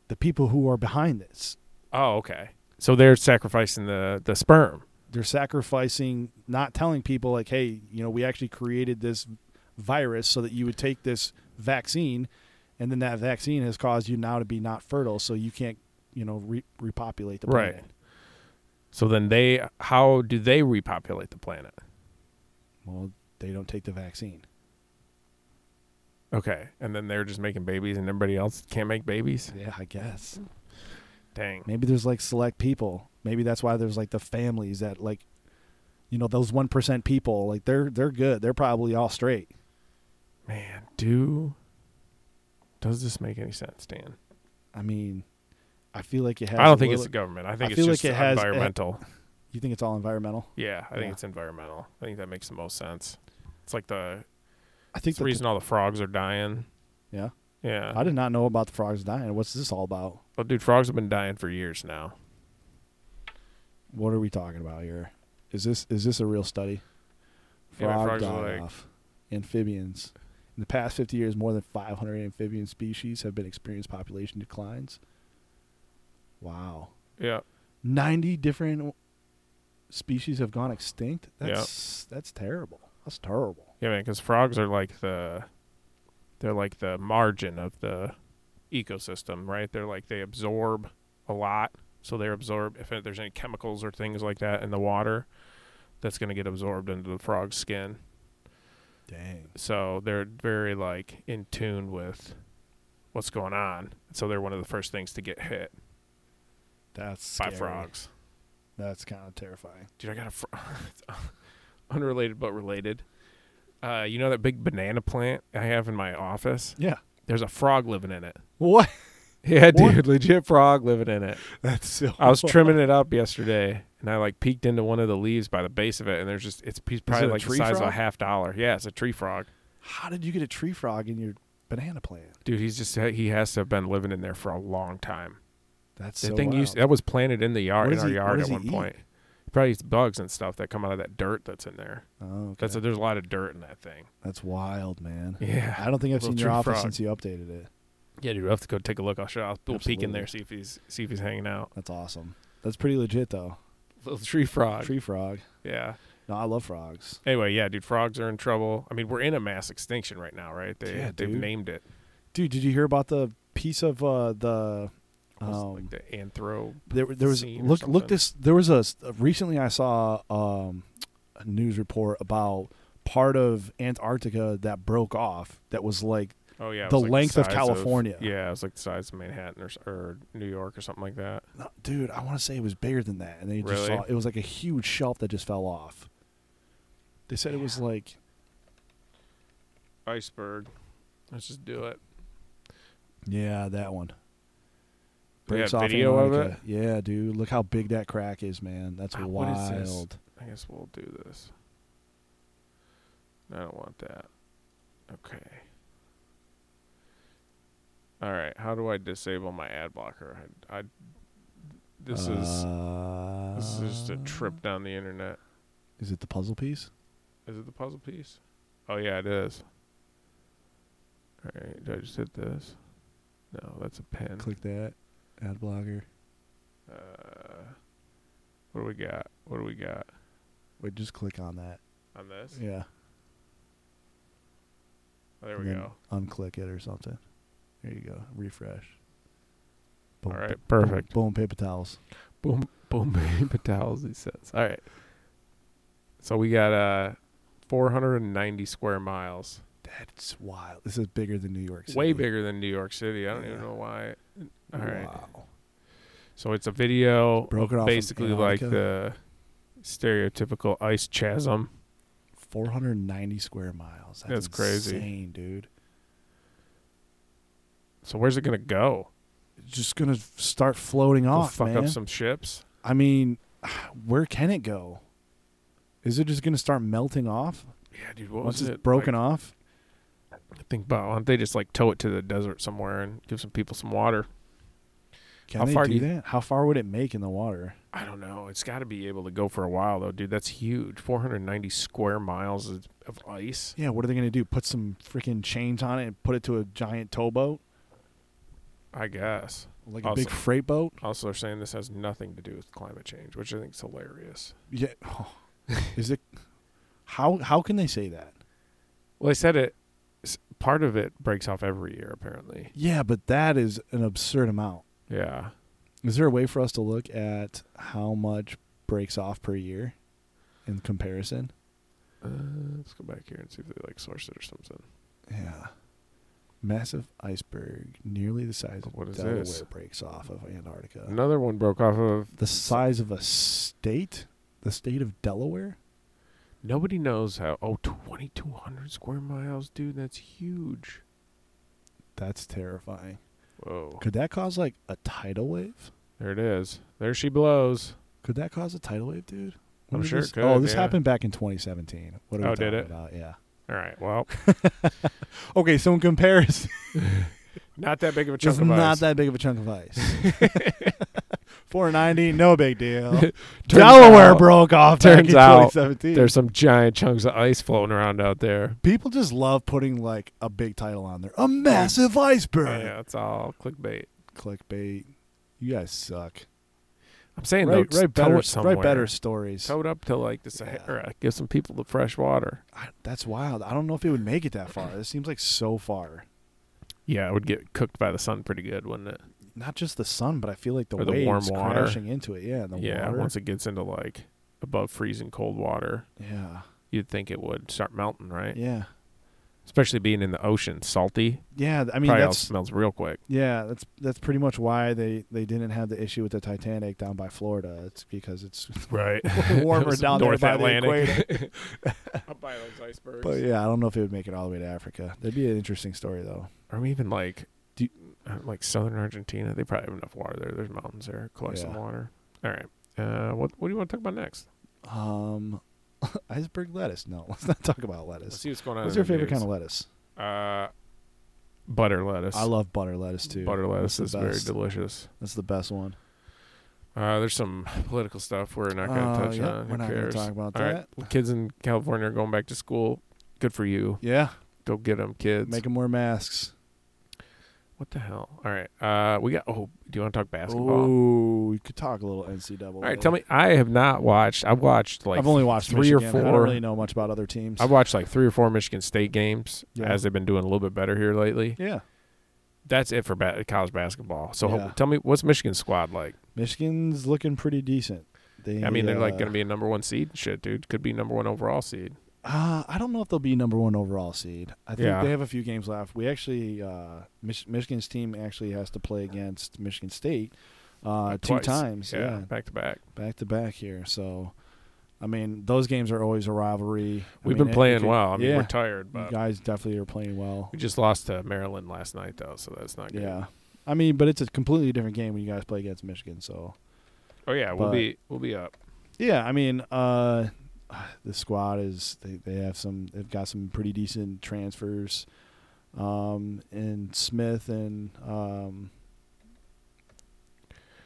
S1: The people who are behind this,
S2: Oh, okay. So they're sacrificing the the sperm.
S1: they're sacrificing, not telling people like, hey, you know, we actually created this virus so that you would take this vaccine, and then that vaccine has caused you now to be not fertile, so you can't, you know, re- repopulate the
S2: Right.
S1: planet.
S2: So then they how do they repopulate the planet?
S1: Well, they don't take the vaccine.
S2: Okay. And then they're just making babies and everybody else can't make babies?
S1: Yeah, I guess.
S2: Dang.
S1: Maybe there's like select people. Maybe that's why there's like the families that like, you know, those one percent people. Like they're they're good. They're probably all straight.
S2: Man, do does this make any sense, Dan?
S1: I mean, I feel like it has.
S2: I don't
S1: a
S2: think
S1: little-
S2: it's the government. I think
S1: I
S2: it's
S1: feel like
S2: just
S1: it has- it-
S2: environmental.
S1: You think it's all environmental?
S2: yeah, I think
S1: Yeah.
S2: it's environmental. I think that makes the most sense. It's like the,
S1: I think
S2: it's the
S1: that
S2: reason all the frogs are dying.
S1: Yeah.
S2: Yeah.
S1: I did not know about the frogs dying. What's this all about?
S2: Well, dude, frogs have been dying for years now.
S1: What are we talking about here? Is this is this a real study?
S2: Yeah,
S1: Frog
S2: frogs are
S1: died
S2: like-
S1: off. Amphibians. In the past 50 years, more than 500 amphibian species have been experienced population declines. Wow.
S2: Yeah.
S1: 90 different species have gone extinct.
S2: Yeah.
S1: That's that's terrible. That's terrible.
S2: Yeah, man, because frogs are like the, they're like the margin of the ecosystem, right? They're like they absorb a lot, so they absorb if there's any chemicals or things like that in the water, that's gonna get absorbed into the frog's skin.
S1: Dang.
S2: So they're very like in tune with what's going on. So they're one of the first things to get hit
S1: That's scary.
S2: by frogs.
S1: That's kind of terrifying.
S2: dude, I got a fr- unrelated but related. Uh, you know that big banana plant I have in my office?
S1: Yeah.
S2: There's a frog living in it.
S1: What?
S2: Yeah,
S1: What?
S2: dude, legit frog living in it.
S1: That's so.
S2: I was trimming it up yesterday, and I like peeked into one of the leaves by the base of it, and there's just it's p- probably
S1: it a
S2: like the
S1: tree
S2: size of a
S1: frog?
S2: half dollar. Yeah, it's a tree frog,
S1: How did you get a tree frog in your banana plant?
S2: dude. He's just he has to have been living in there for a long time.
S1: That's
S2: The
S1: so
S2: thing used
S1: wild.
S2: that was planted in the yard
S1: What
S2: in
S1: does
S2: our
S1: he- what
S2: yard at
S1: does he
S2: one
S1: eat?
S2: point. Probably eats bugs and stuff that come out of that dirt that's in there.
S1: Oh, okay.
S2: That's
S1: That's,
S2: a, there's a lot of dirt in that thing.
S1: wild, man.
S2: Yeah,
S1: I don't think I've
S2: Little
S1: seen your
S2: tree
S1: office
S2: frog.
S1: since you updated it.
S2: yeah, dude. We'll have to go take a look. I'll show. I'll we'll peek in
S1: Absolutely.
S2: there see if he's see if he's hanging out.
S1: That's awesome. That's pretty legit though.
S2: Little tree frog.
S1: Tree frog.
S2: Yeah.
S1: No, I love frogs.
S2: Anyway, yeah, dude. Frogs are in trouble. I mean, we're in a mass extinction right now, right? They
S1: Yeah,
S2: they've
S1: dude.
S2: named it.
S1: Dude, did you hear about the piece of uh, the?
S2: Was it
S1: Um,
S2: like the anthro.
S1: there, there was
S2: scene or
S1: look look
S2: something.
S1: this. There was a uh, recently I saw um, a news report about part of Antarctica that broke off that was like
S2: Oh yeah, it
S1: the
S2: was, like,
S1: length of
S2: size
S1: California.
S2: yeah, it was like the size of Manhattan or, s- or New York or something like that.
S1: no, dude I want to say it was bigger than that and they just
S2: Really?
S1: saw it was like a huge shelf that just fell off. They said it was like
S2: Iceberg. Let's just do it.
S1: yeah that one.
S2: They
S1: Breaks
S2: have
S1: off
S2: video of
S1: Antarctica. Yeah, dude, look how big that crack is, man. That's
S2: Ah, what is this?
S1: wild.
S2: I guess we'll do this. I don't want that. Okay. All right. How do I disable my ad blocker? I, I this is this is just a
S1: Uh,
S2: trip down the internet.
S1: Is it the puzzle piece?
S2: Is it the puzzle piece? Oh yeah, it is. All right. Did I just hit this? No, that's a pen.
S1: Click that. Ad blogger.
S2: Uh, what do we got? What do we got
S1: Wait, just click on that.
S2: on this?
S1: Yeah.
S2: Oh, there we
S1: and then
S2: go.
S1: Unclick it or something. There you go. Refresh. Boom,
S2: All right,
S1: boom,
S2: perfect.
S1: Boom, paper towels.
S2: Boom, boom, paper towels. He says. All right. So we got uh, 490 square miles.
S1: That's wild. This is bigger than New York City.
S2: Way bigger than New York City. I don't even
S1: Yeah.
S2: know why. All right.
S1: Wow.
S2: So it's a video, of
S1: Broken off of
S2: basically like uh, the
S1: Antarctica.
S2: stereotypical ice chasm.
S1: 490 square miles. That's,
S2: That's crazy.
S1: insane, dude.
S2: So where's it gonna go?
S1: It's just going to start floating
S2: Go
S1: off,
S2: fuck
S1: man.
S2: up some ships.
S1: I mean, where can it go? Is it just going to start melting off
S2: Yeah, dude. What
S1: once
S2: was
S1: it's
S2: it?
S1: broken
S2: Like,
S1: off?
S2: I think about why don't they just like tow it to the desert somewhere and give some people some water?
S1: Can
S2: how
S1: they
S2: far do
S1: do
S2: you-
S1: that? How far would it make in the water?
S2: I don't know. It's got to be able to go for a while, though, dude. That's huge. 490 square miles of of ice.
S1: Yeah, what are they going to do? Put some freaking chains on it and put it to a giant towboat?
S2: I guess.
S1: Like a
S2: Awesome.
S1: big freight boat?
S2: Also, they're saying this has nothing to do with climate change, which I think is hilarious.
S1: Yeah. Is it How how can they say that?
S2: Well, they said it. s- Part of it breaks off every year, apparently.
S1: Yeah, but that is an absurd amount.
S2: Yeah.
S1: Is there a way for us to look at how much breaks off per year in comparison?
S2: Uh, let's go back here and see if they like source it or something.
S1: Yeah. Massive iceberg, nearly the size of
S2: What is
S1: Delaware
S2: this?
S1: breaks off of Antarctica.
S2: Another one broke off of.
S1: The size of a state? The state of Delaware?
S2: Nobody knows how. Oh, 2,200 square miles, dude. That's huge.
S1: That's terrifying.
S2: Whoa.
S1: Could that cause like a tidal wave?
S2: There it is. There she blows.
S1: Could that cause a tidal wave, dude? When
S2: I'm
S1: did
S2: sure
S1: this-
S2: it
S1: Oh,
S2: could,
S1: this
S2: yeah.
S1: happened back in 2017. What are we
S2: Oh,
S1: talking
S2: did it?
S1: about? Yeah.
S2: All right. Well,
S1: Okay, so in comparison,
S2: not that big of a chunk
S1: it's
S2: of
S1: not
S2: ice.
S1: that big of a chunk of ice. 490, no big deal.
S2: Turns
S1: Delaware
S2: out-
S1: broke off
S2: turns
S1: back in
S2: out
S1: 2017.
S2: There's some giant chunks of ice floating around out there.
S1: People just love putting like a big title on there. A massive iceberg.
S2: Oh, Yeah, it's all clickbait.
S1: Clickbait. You guys suck.
S2: I'm saying
S1: Write,
S2: though,
S1: write
S2: tow
S1: better,
S2: it somewhere.
S1: write better stories.
S2: Tow it up to like the
S1: Yeah.
S2: Sahara. Give some people the fresh water.
S1: I, that's wild. I don't know if it would make it that far. It seems like so far.
S2: Yeah, it would get cooked by the sun pretty good, wouldn't it?
S1: Not just the sun, but I feel like the
S2: Or the warm
S1: waves
S2: water.
S1: crashing into it. Yeah, and the
S2: yeah,
S1: water.
S2: once it gets into like above freezing cold water,
S1: yeah,
S2: you'd think it would start melting, right?
S1: yeah.
S2: especially being in the ocean, salty.
S1: Yeah, I
S2: I
S1: mean
S2: mean, probably all
S1: that's
S2: smells real quick.
S1: yeah, that's that's pretty much why they they didn't have the issue with the Titanic down by Florida. It's because it's
S2: Right.
S1: warmer down there
S2: North
S1: by the
S2: Atlantic.
S1: equator.
S2: Up by those icebergs.
S1: But yeah, I don't know if it would make it all the way to Africa. That'd be an interesting story though.
S2: Or even like,
S1: Do
S2: uh, like southern Argentina, they probably have enough water there. There's mountains there, collect some
S1: Yeah.
S2: water. All right. Uh, what what do you want to talk about next?
S1: Um, iceberg lettuce. No, let's not talk about
S2: Let's
S1: lettuce.
S2: see what's going on.
S1: What's
S2: in
S1: your
S2: the
S1: favorite
S2: news.
S1: kind of lettuce?
S2: Uh, butter lettuce.
S1: I love butter lettuce too.
S2: butter lettuce.
S1: That's
S2: is
S1: the
S2: very
S1: best.
S2: delicious.
S1: That's the best one.
S2: Uh, there's some political stuff we're not going to
S1: Uh,
S2: touch
S1: yep,
S2: on. Who
S1: We're not
S2: cares?
S1: gonna talk about
S2: All
S1: that.
S2: right. Kids in California are going back to school. Good for you.
S1: Yeah,
S2: Go get them, kids.
S1: make them wear masks.
S2: what the hell? All right. Uh, we got. Oh, do you want to talk basketball?
S1: Oh, you could talk a little NCAA.
S2: All right. Tell me. I have not watched. I've watched like
S1: I've only watched
S2: three or
S1: Michigan. I don't
S2: four.
S1: really know much about other teams.
S2: I've watched like three or four Michigan State games
S1: Yeah.
S2: as they've been doing a little bit better here lately.
S1: yeah,
S2: That's it for ba- college basketball. So
S1: Yeah.
S2: tell me, what's Michigan's squad like?
S1: Michigan's looking pretty decent. They,
S2: I mean, they're like
S1: uh,
S2: going to be a number one seed. Shit, dude, could be number one overall seed.
S1: Uh, I don't know if they'll be number one overall seed. I think
S2: Yeah.
S1: they have a few games left. We actually, uh, Mich- Michigan's team actually has to play against Michigan State uh, two
S2: Twice.
S1: times, yeah,
S2: back to back.
S1: back to back here. So, I mean, those games are always a rivalry. I
S2: We've
S1: mean,
S2: been
S1: it- it
S2: playing
S1: could-
S2: well. I mean,
S1: yeah,
S2: we're tired,
S1: you
S2: but
S1: guys definitely are playing well.
S2: we just lost to Maryland last night, though, so that's not good.
S1: Yeah, I mean, but it's a completely different game when you guys play against Michigan. So,
S2: Oh yeah, we'll
S1: But-
S2: be we'll be up.
S1: Yeah, I mean, uh, the squad is they, they have some they've got some pretty decent transfers, um, and Smith and um,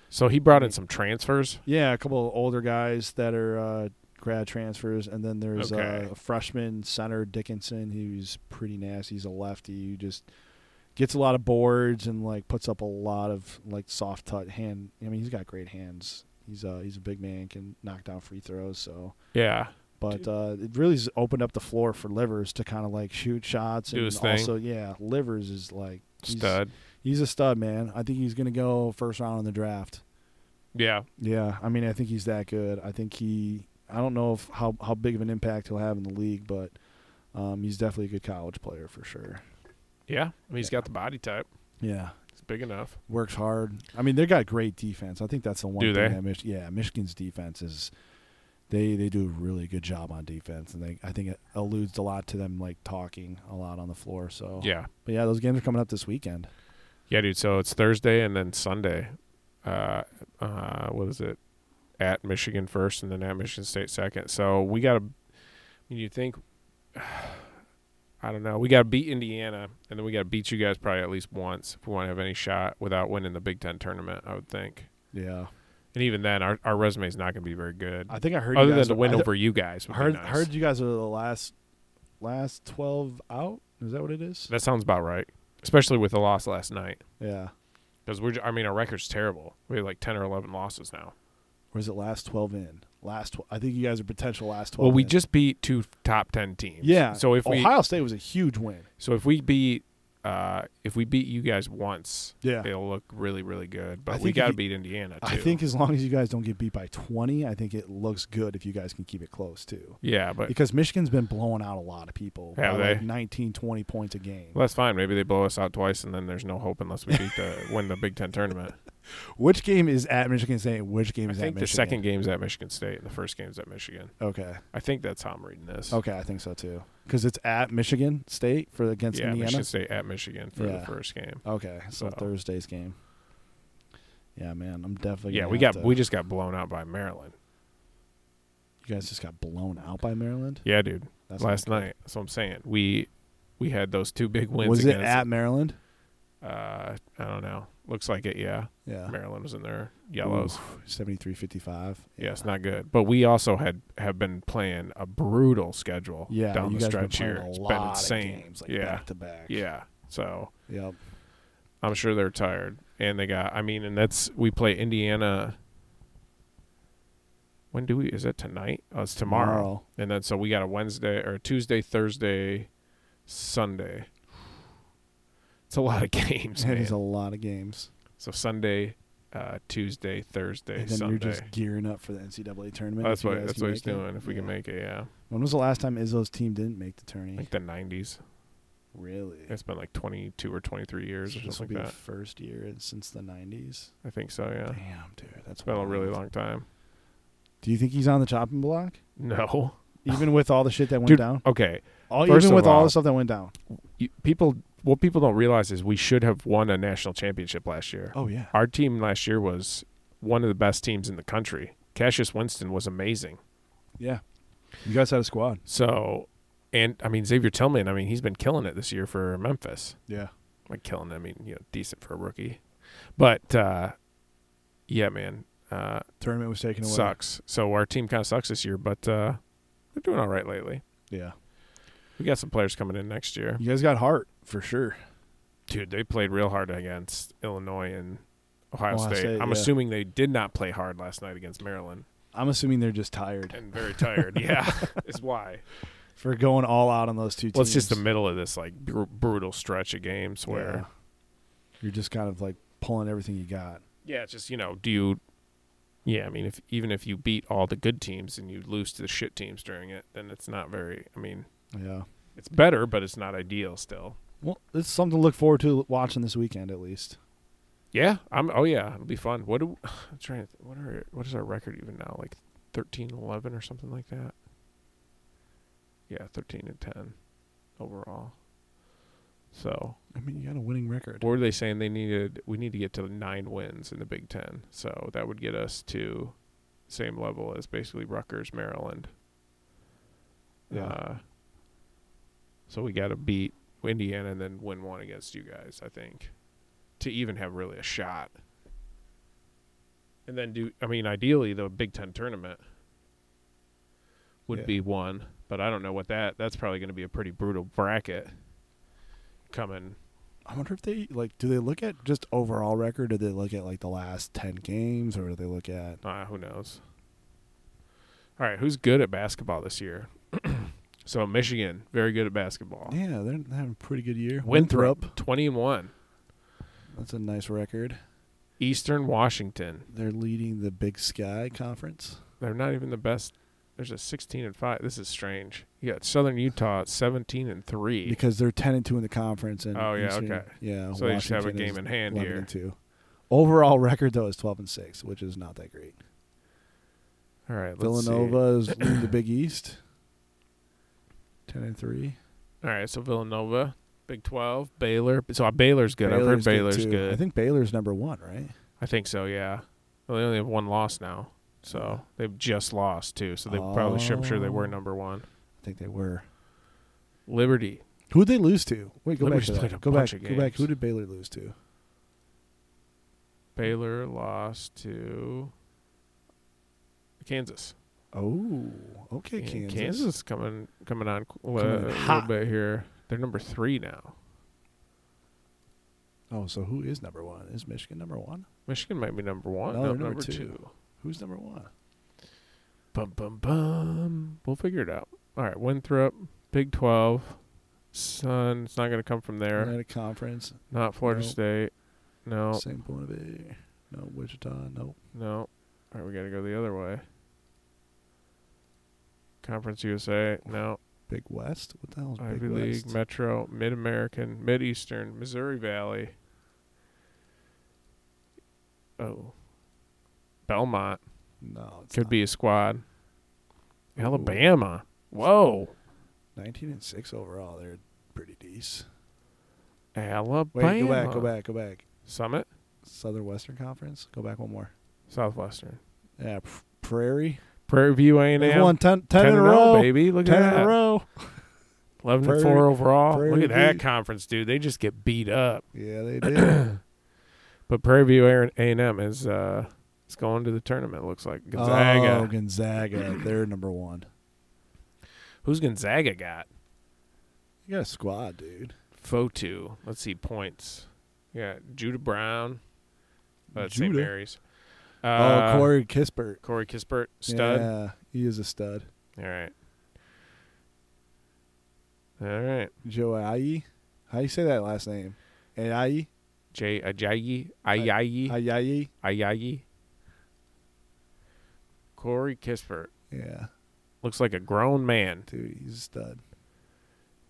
S2: So he brought
S1: Mm.
S2: in some transfers.
S1: yeah, a couple of older guys that are uh, grad transfers, and then there's
S2: Okay.
S1: uh, a freshman center Dickinson who's pretty nasty. He's a lefty who just gets a lot of boards and like puts up a lot of like soft touch hand. I mean, he's got great hands. He's uh he's a big man, can knock down free throws. So.
S2: Yeah,
S1: But uh, it really has opened up the floor for Livers to kind of like shoot shots
S2: Do
S1: and
S2: his thing.
S1: also yeah, Livers is like he's,
S2: stud.
S1: He's a stud, man. I think he's gonna go first round in the draft.
S2: Yeah,
S1: Yeah, I mean, I think he's that good. I think he. I don't know if how how big of an impact he'll have in the league, but um, he's definitely a good college player for sure.
S2: yeah. I mean, he's got the body type.
S1: Yeah,
S2: He's big enough.
S1: works hard. I mean, they got great defense. I think that's the one
S2: Do
S1: thing
S2: they?
S1: that Mich- yeah, Michigan's defense is they they do a really good job on defense and they I think it alludes a lot to them like talking a lot on the floor. So
S2: Yeah,
S1: But yeah, those games are coming up this weekend.
S2: Yeah, dude. So it's Thursday and then Sunday. Uh, uh, what is it? At Michigan first, and then at Michigan State second. So we got to. You think? I don't know. We got to beat Indiana, and then we got to beat you guys probably at least once if we want to have any shot without winning the Big Ten tournament. I would think.
S1: Yeah.
S2: And even then, our our resume is not going to be very good.
S1: I think I heard
S2: Other
S1: you guys
S2: than the win
S1: I th-
S2: over you guys, would be
S1: heard
S2: nice.
S1: heard you guys are the last last 12 out. Is that what it is?
S2: that sounds about right. Especially with the loss last night,
S1: Yeah.
S2: because we're. j- I mean, our record's terrible. We have like ten or eleven losses now.
S1: Or is it last 12 in? Last tw- I think you guys are potential last 12.
S2: Well, we
S1: in.
S2: just beat two top ten teams.
S1: Yeah.
S2: So if we
S1: Ohio State was a huge win.
S2: so if we beat uh if we beat you guys once,
S1: Yeah.
S2: it'll look really really good.
S1: I
S2: But we
S1: think
S2: got to
S1: you-
S2: beat Indiana. Too.
S1: I think as long as you guys don't get beat by 20, I think it looks good if you guys can keep it close too.
S2: Yeah, but
S1: Because Michigan's been blowing out a lot of people.
S2: Have
S1: by Like
S2: they?
S1: 19, 20 points a game.
S2: well, that's fine. Maybe they blow us out twice, and then there's no hope unless we beat the win the Big Ten tournament.
S1: Which game is at Michigan State? Which game
S2: I
S1: is
S2: think
S1: at
S2: the
S1: Michigan?
S2: second game's at Michigan State, and the first game's at Michigan.
S1: Okay.
S2: I think that's how I'm reading this.
S1: Okay, I think so too. Because it's at Michigan State for against
S2: yeah,
S1: Indiana.
S2: Michigan State at Michigan for the
S1: Yeah.
S2: first game.
S1: Okay, so,
S2: So.
S1: Thursday's game. Yeah, man, I'm definitely.
S2: Yeah,
S1: gonna
S2: we
S1: have
S2: got
S1: to-
S2: we just got blown out by Maryland.
S1: you guys just got blown out by Maryland.
S2: Yeah, dude.
S1: That's
S2: last night. That's what I'm saying. We we had those two big wins.
S1: was it
S2: against-
S1: at Maryland?
S2: Uh, I don't know. Looks like it. Yeah,
S1: Yeah,
S2: Maryland was in there. Yellows.
S1: seventy-three fifty-five.
S2: Yeah, it's not good. But we also had have been playing a brutal schedule.
S1: Yeah,
S2: down
S1: you
S2: the
S1: guys been
S2: stretch
S1: playing
S2: here.
S1: a
S2: It's
S1: lot
S2: been insane.
S1: of games, like
S2: yeah,
S1: back to back.
S2: yeah. So
S1: yep.
S2: I'm sure they're tired, and they got. I mean, and that's we play Indiana. When do we? Is it tonight? Oh, it's tomorrow. And then so we got a Wednesday or a Tuesday, Thursday, Sunday. It's a lot of games.
S1: That
S2: man.
S1: is a lot of games.
S2: So Sunday, uh, Tuesday, Thursday,
S1: And then
S2: Sunday.
S1: you're just gearing up for the NCAA tournament.
S2: Oh, that's
S1: if you
S2: what
S1: guys
S2: that's
S1: can
S2: what he's
S1: make it.
S2: doing. If we can
S1: Yeah.
S2: make it, yeah,
S1: When was the last time Izzo's team didn't make the tourney?
S2: like the nineties.
S1: Really?
S2: It's been like 22 or 23 years
S1: So
S2: or
S1: this will
S2: something
S1: be
S2: like
S1: the
S2: that.
S1: first year in- since the '90s.
S2: I think so. Yeah,
S1: Damn, dude, that's
S2: it's been a really
S1: wild.
S2: long time.
S1: Do you think he's on the chopping block?
S2: No.
S1: Even with all the shit that went
S2: Dude,
S1: down,
S2: Okay.
S1: all,
S2: first
S1: even
S2: of
S1: with all
S2: all-
S1: the stuff that went down.
S2: You, people, what people don't realize is we should have won a national championship last year.
S1: Oh yeah,
S2: Our team last year was one of the best teams in the country. Cassius Winston was amazing.
S1: yeah. You guys had a squad.
S2: So, and I mean Xavier Tillman. I mean he's been killing it this year for Memphis.
S1: Yeah.
S2: Like killing. I mean you know decent for a rookie, but uh, yeah, man, uh,
S1: Tournament was taken away.
S2: sucks. So our team kind of sucks this year, but uh, they're doing all right lately.
S1: Yeah.
S2: We got some players coming in next year.
S1: You guys got heart for sure.
S2: Dude, they played real hard against Illinois and Ohio,
S1: Ohio
S2: State.
S1: State,
S2: I'm
S1: yeah.
S2: assuming they did not play hard last night against Maryland
S1: I'm assuming they're just tired
S2: and very tired. yeah, is why.
S1: for going all out on those two teams.
S2: Well, it's just the middle of this like br- brutal stretch of games where
S1: Yeah. you're just kind of like pulling everything you got.
S2: yeah. it's just you know do you yeah I mean if even if you beat all the good teams and you lose to the shit teams during it, then it's not very. I mean
S1: Yeah.
S2: it's better, but it's not ideal still.
S1: Well, it's something to look forward to watching this weekend at least.
S2: Yeah, I'm. Oh yeah, it'll be fun. What do I'm trying to? Th- what are? What is our record even now? Like 13, 11 or something like that. Yeah, thirteen and ten overall. So
S1: I mean, you got a winning record.
S2: what were they saying? They needed. We need to get to nine wins in the Big Ten. So that would get us to same level as basically Rutgers, Maryland.
S1: Yeah.
S2: Uh, so we got to beat Indiana and then win one against you guys, I think, to even have really a shot. And then do I mean ideally the Big 10 tournament would
S1: Yeah.
S2: be one, but I don't know what that that's probably going to be a pretty brutal bracket coming.
S1: I wonder if they like do they look at just overall record? Do they look at like the last ten games, or do they look at
S2: Uh, who knows? All right, who's good at basketball this year? so Michigan, very good at basketball.
S1: yeah? They're having a pretty good year.
S2: Winthrop, 20 and 1.
S1: that's a nice record.
S2: Eastern Washington.
S1: They're leading the Big Sky Conference.
S2: They're not even the best. There's a 16 and 5. This is strange. You got Southern Utah at 17 and 3.
S1: because they're ten and two in the conference. And
S2: Oh, yeah,
S1: Eastern-
S2: okay.
S1: yeah.
S2: So they just have a
S1: Washington
S2: game
S1: is
S2: in hand
S1: 11
S2: here.
S1: And two. Overall record though is twelve and six, which is not that great.
S2: All right, let's See.
S1: Villanova is in the Big East, ten and three.
S2: All right, so Villanova, Big 12, Baylor. So uh, Baylor's good. I've heard
S1: Baylor's
S2: Baylor's good.
S1: too. I think Baylor's number one, right?
S2: I think so, yeah. Well, they only have one loss now. So
S1: Yeah.
S2: they've just lost too. So they probably sure, I'm sure they were
S1: Oh.
S2: number 1.
S1: I think they were.
S2: Liberty.
S1: Who'd they lose to? Wait, go
S2: Liberty's
S1: back. To
S2: played a
S1: that. Go
S2: bunch
S1: back.
S2: of
S1: Go back.
S2: games.
S1: Who did Baylor lose to?
S2: Baylor lost to Kansas.
S1: Oh, okay,
S2: And
S1: Kansas.
S2: Kansas coming coming on uh,
S1: in
S2: a little
S1: hot.
S2: bit here. They're number three now.
S1: Oh, so who is number one? Is Michigan number one?
S2: Michigan might be number one.
S1: No,
S2: No,
S1: they're
S2: number,
S1: number
S2: two.
S1: two. Who's number one?
S2: Bum bum bum. We'll figure it out. All right, Winthrop, Big Twelve. Sun. It's not going to come from there.
S1: At a conference,
S2: Not Florida
S1: No.
S2: State. No,
S1: St. Bonaventure. No, Wichita. No.
S2: no. All right, we got to go the other way. Conference USA. No.
S1: Big West. What the hell is
S2: Ivy
S1: Big
S2: League,
S1: West?
S2: Metro, Mid American, Mid Eastern, Missouri Valley. Oh, Belmont
S1: no, it's
S2: could
S1: not.
S2: be a squad. Alabama. Whoa,
S1: nineteen and six overall. They're pretty decent.
S2: Alabama.
S1: Wait, go back, go back, go back.
S2: Summit,
S1: Southern Western Conference. Go back one more.
S2: Southwestern,
S1: Yeah, P- Prairie.
S2: Prairie View A and
S1: They
S2: M.
S1: won 10, 10 in a
S2: oh,
S1: row.
S2: baby. Look
S1: Ten
S2: at
S1: in a
S2: that.
S1: row.
S2: Eleven
S1: Prairie-
S2: and four overall. Look
S1: Prairie
S2: at that
S1: View.
S2: conference, dude. They just get beat up.
S1: Yeah, they did.
S2: But Prairie View A and M is uh, it's going to the tournament. Looks like Gonzaga.
S1: Oh, Gonzaga. They're number one.
S2: Who's Gonzaga got?
S1: You got a squad, dude.
S2: Fotu. Let's see points. Yeah, Judah Brown. Uh, St.
S1: Judah?
S2: Mary's.
S1: oh,
S2: Uh,
S1: Corey Kispert.
S2: Corey Kispert, stud.
S1: Yeah, he is a stud.
S2: All right. All right.
S1: Joe Ayi. How you say that last name? E? Ayi?
S2: Jay Ajayi, Ayayi,
S1: Ayayi?
S2: Ayayi. Corey Kispert
S1: Yeah,
S2: looks like a grown man.
S1: dude, he's a stud.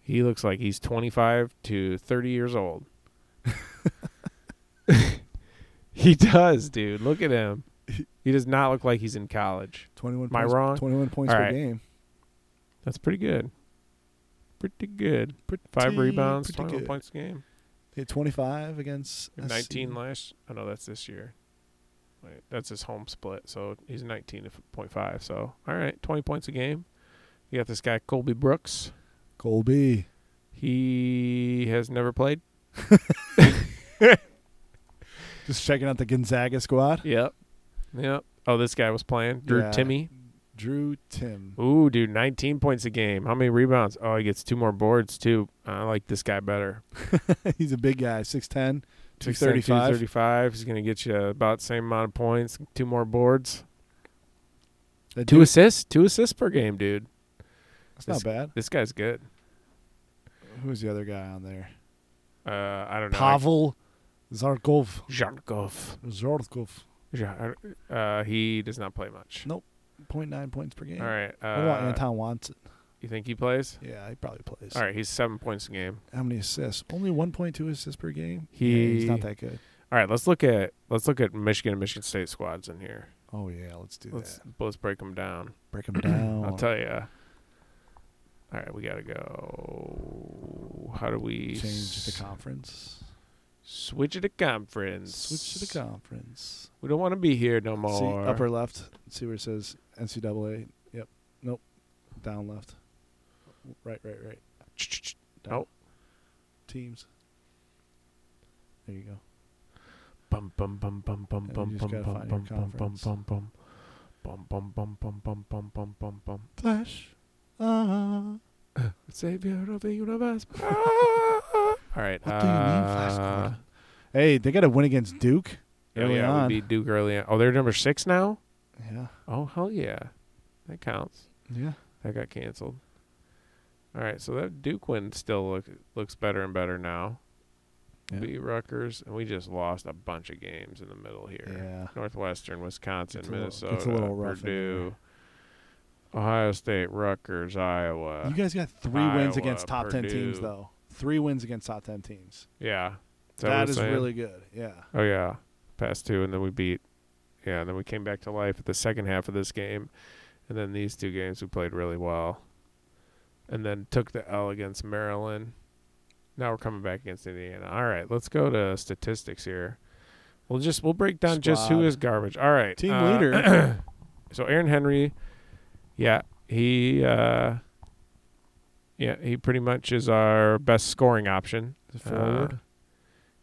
S2: He looks like he's 25 to 30 years old. he does, dude. Look at him. He does not look like he's in college.
S1: 21
S2: Am I
S1: points,
S2: wrong?
S1: 21 points
S2: All
S1: per
S2: right.
S1: game.
S2: That's pretty good. Pretty good. Five
S1: Pretty-
S2: rebounds,
S1: pretty
S2: 21
S1: good.
S2: points a game.
S1: He had 25 against
S2: He had
S1: SC.
S2: 19 last. Oh no, that's this year. Wait, that's his home split. So he's 19.5. So all right, 20 points a game. You got this guy Colby Brooks.
S1: Colby.
S2: He has never played.
S1: Just checking out the Gonzaga squad.
S2: Yep. Yep. Oh, this guy was playing. Drew
S1: Yeah.
S2: Timmy.
S1: Drew Tim.
S2: Ooh, dude, 19 points a game. How many rebounds? Oh, he gets two more boards too. I like this guy better.
S1: He's a big guy, 6'10",
S2: 6'10",
S1: 235.
S2: 235. He's gonna get you about the same amount of points. Two more boards.
S1: That
S2: Two
S1: dude-
S2: assists. Two assists per game, dude.
S1: That's not bad.
S2: This guy's good.
S1: Who's the other guy on there?
S2: Uh, I don't know.
S1: Pavel Zarkov.
S2: Zharkov.
S1: Zarkov.
S2: Zhar- Uh, he does not play much.
S1: 0.9 points per game.
S2: All right. Uh,
S1: What about Anton Watson?
S2: You think he plays?
S1: Yeah, he probably plays.
S2: All right. He's seven points a game.
S1: How many assists? Only 1.2 assists per game.
S2: He-
S1: yeah, he's not that good.
S2: All right. Let's look at let's look at Michigan and Michigan State squads in here.
S1: Oh yeah, let's do
S2: Let's
S1: that.
S2: let's break them down.
S1: Break him down.
S2: I'll tell you. All right. We gotta go. How do we
S1: Change the
S2: s-
S1: conference.
S2: switch to conference?
S1: Switch to the conference.
S2: We don't want to be here no more.
S1: See upper left. See where it says NCAA. Yep. Nope. Down left. Right. Right. Right. Down.
S2: Nope.
S1: Teams. There you go.
S2: bum bum bum bum bum
S1: Yeah,
S2: bum
S1: you just gotta
S2: bum bum
S1: find your
S2: bum bum bum
S1: conference.
S2: bum bum bum bum bum bum bum bum bum bum bum
S1: Flash. Ah.
S2: savior of the universe Ah! all right
S1: What do you mean, Flash
S2: uh,
S1: Gordon? Hey, they got to win against Duke.
S2: yeah,
S1: Early
S2: yeah,
S1: on.
S2: we beat Duke early on. oh they're number six now
S1: Yeah.
S2: oh hell yeah that counts
S1: Yeah.
S2: that got canceled all right so that Duke win still look, looks better and better now
S1: Yeah.
S2: beat Rutgers and we just lost a bunch of games in the middle here
S1: Yeah.
S2: Northwestern, Wisconsin,
S1: Gets a little- gets a
S2: Minnesota,
S1: little rough in
S2: Purdue, Ohio State, Rutgers, Iowa.
S1: You guys got three wins
S2: Iowa,
S1: against top ten teams,
S2: Purdue.
S1: though. Three wins against top ten teams.
S2: yeah, that what
S1: that
S2: we're
S1: is
S2: saying?
S1: really good. Yeah.
S2: Oh yeah, past two, and then we beat. Yeah, and then we came back to life at the second half of this game, and then these two games we played really well, and then took the L against Maryland. Now we're coming back against Indiana. All right, let's go to statistics here. We'll just we'll break down just who
S1: Squad.
S2: is garbage. All right,
S1: Team
S2: uh,
S1: leader.
S2: so Aaron Henry, yeah, he uh yeah, he pretty much is our best scoring option. Uh,
S1: The forward.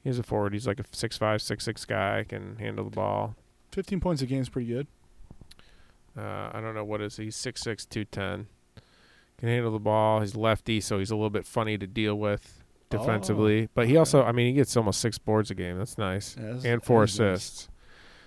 S2: He's a forward. He's like a six five, six six guy, can handle the ball.
S1: Fifteen points a game is pretty good.
S2: Uh, I don't know what is he, six six, two ten. Can handle the ball. He's lefty, so he's a little bit funny to deal with defensively. but he
S1: Oh, okay.
S2: also I mean he gets almost six boards a game. That's nice.
S1: Yeah, that's-
S2: and four
S1: that is nice.
S2: assists.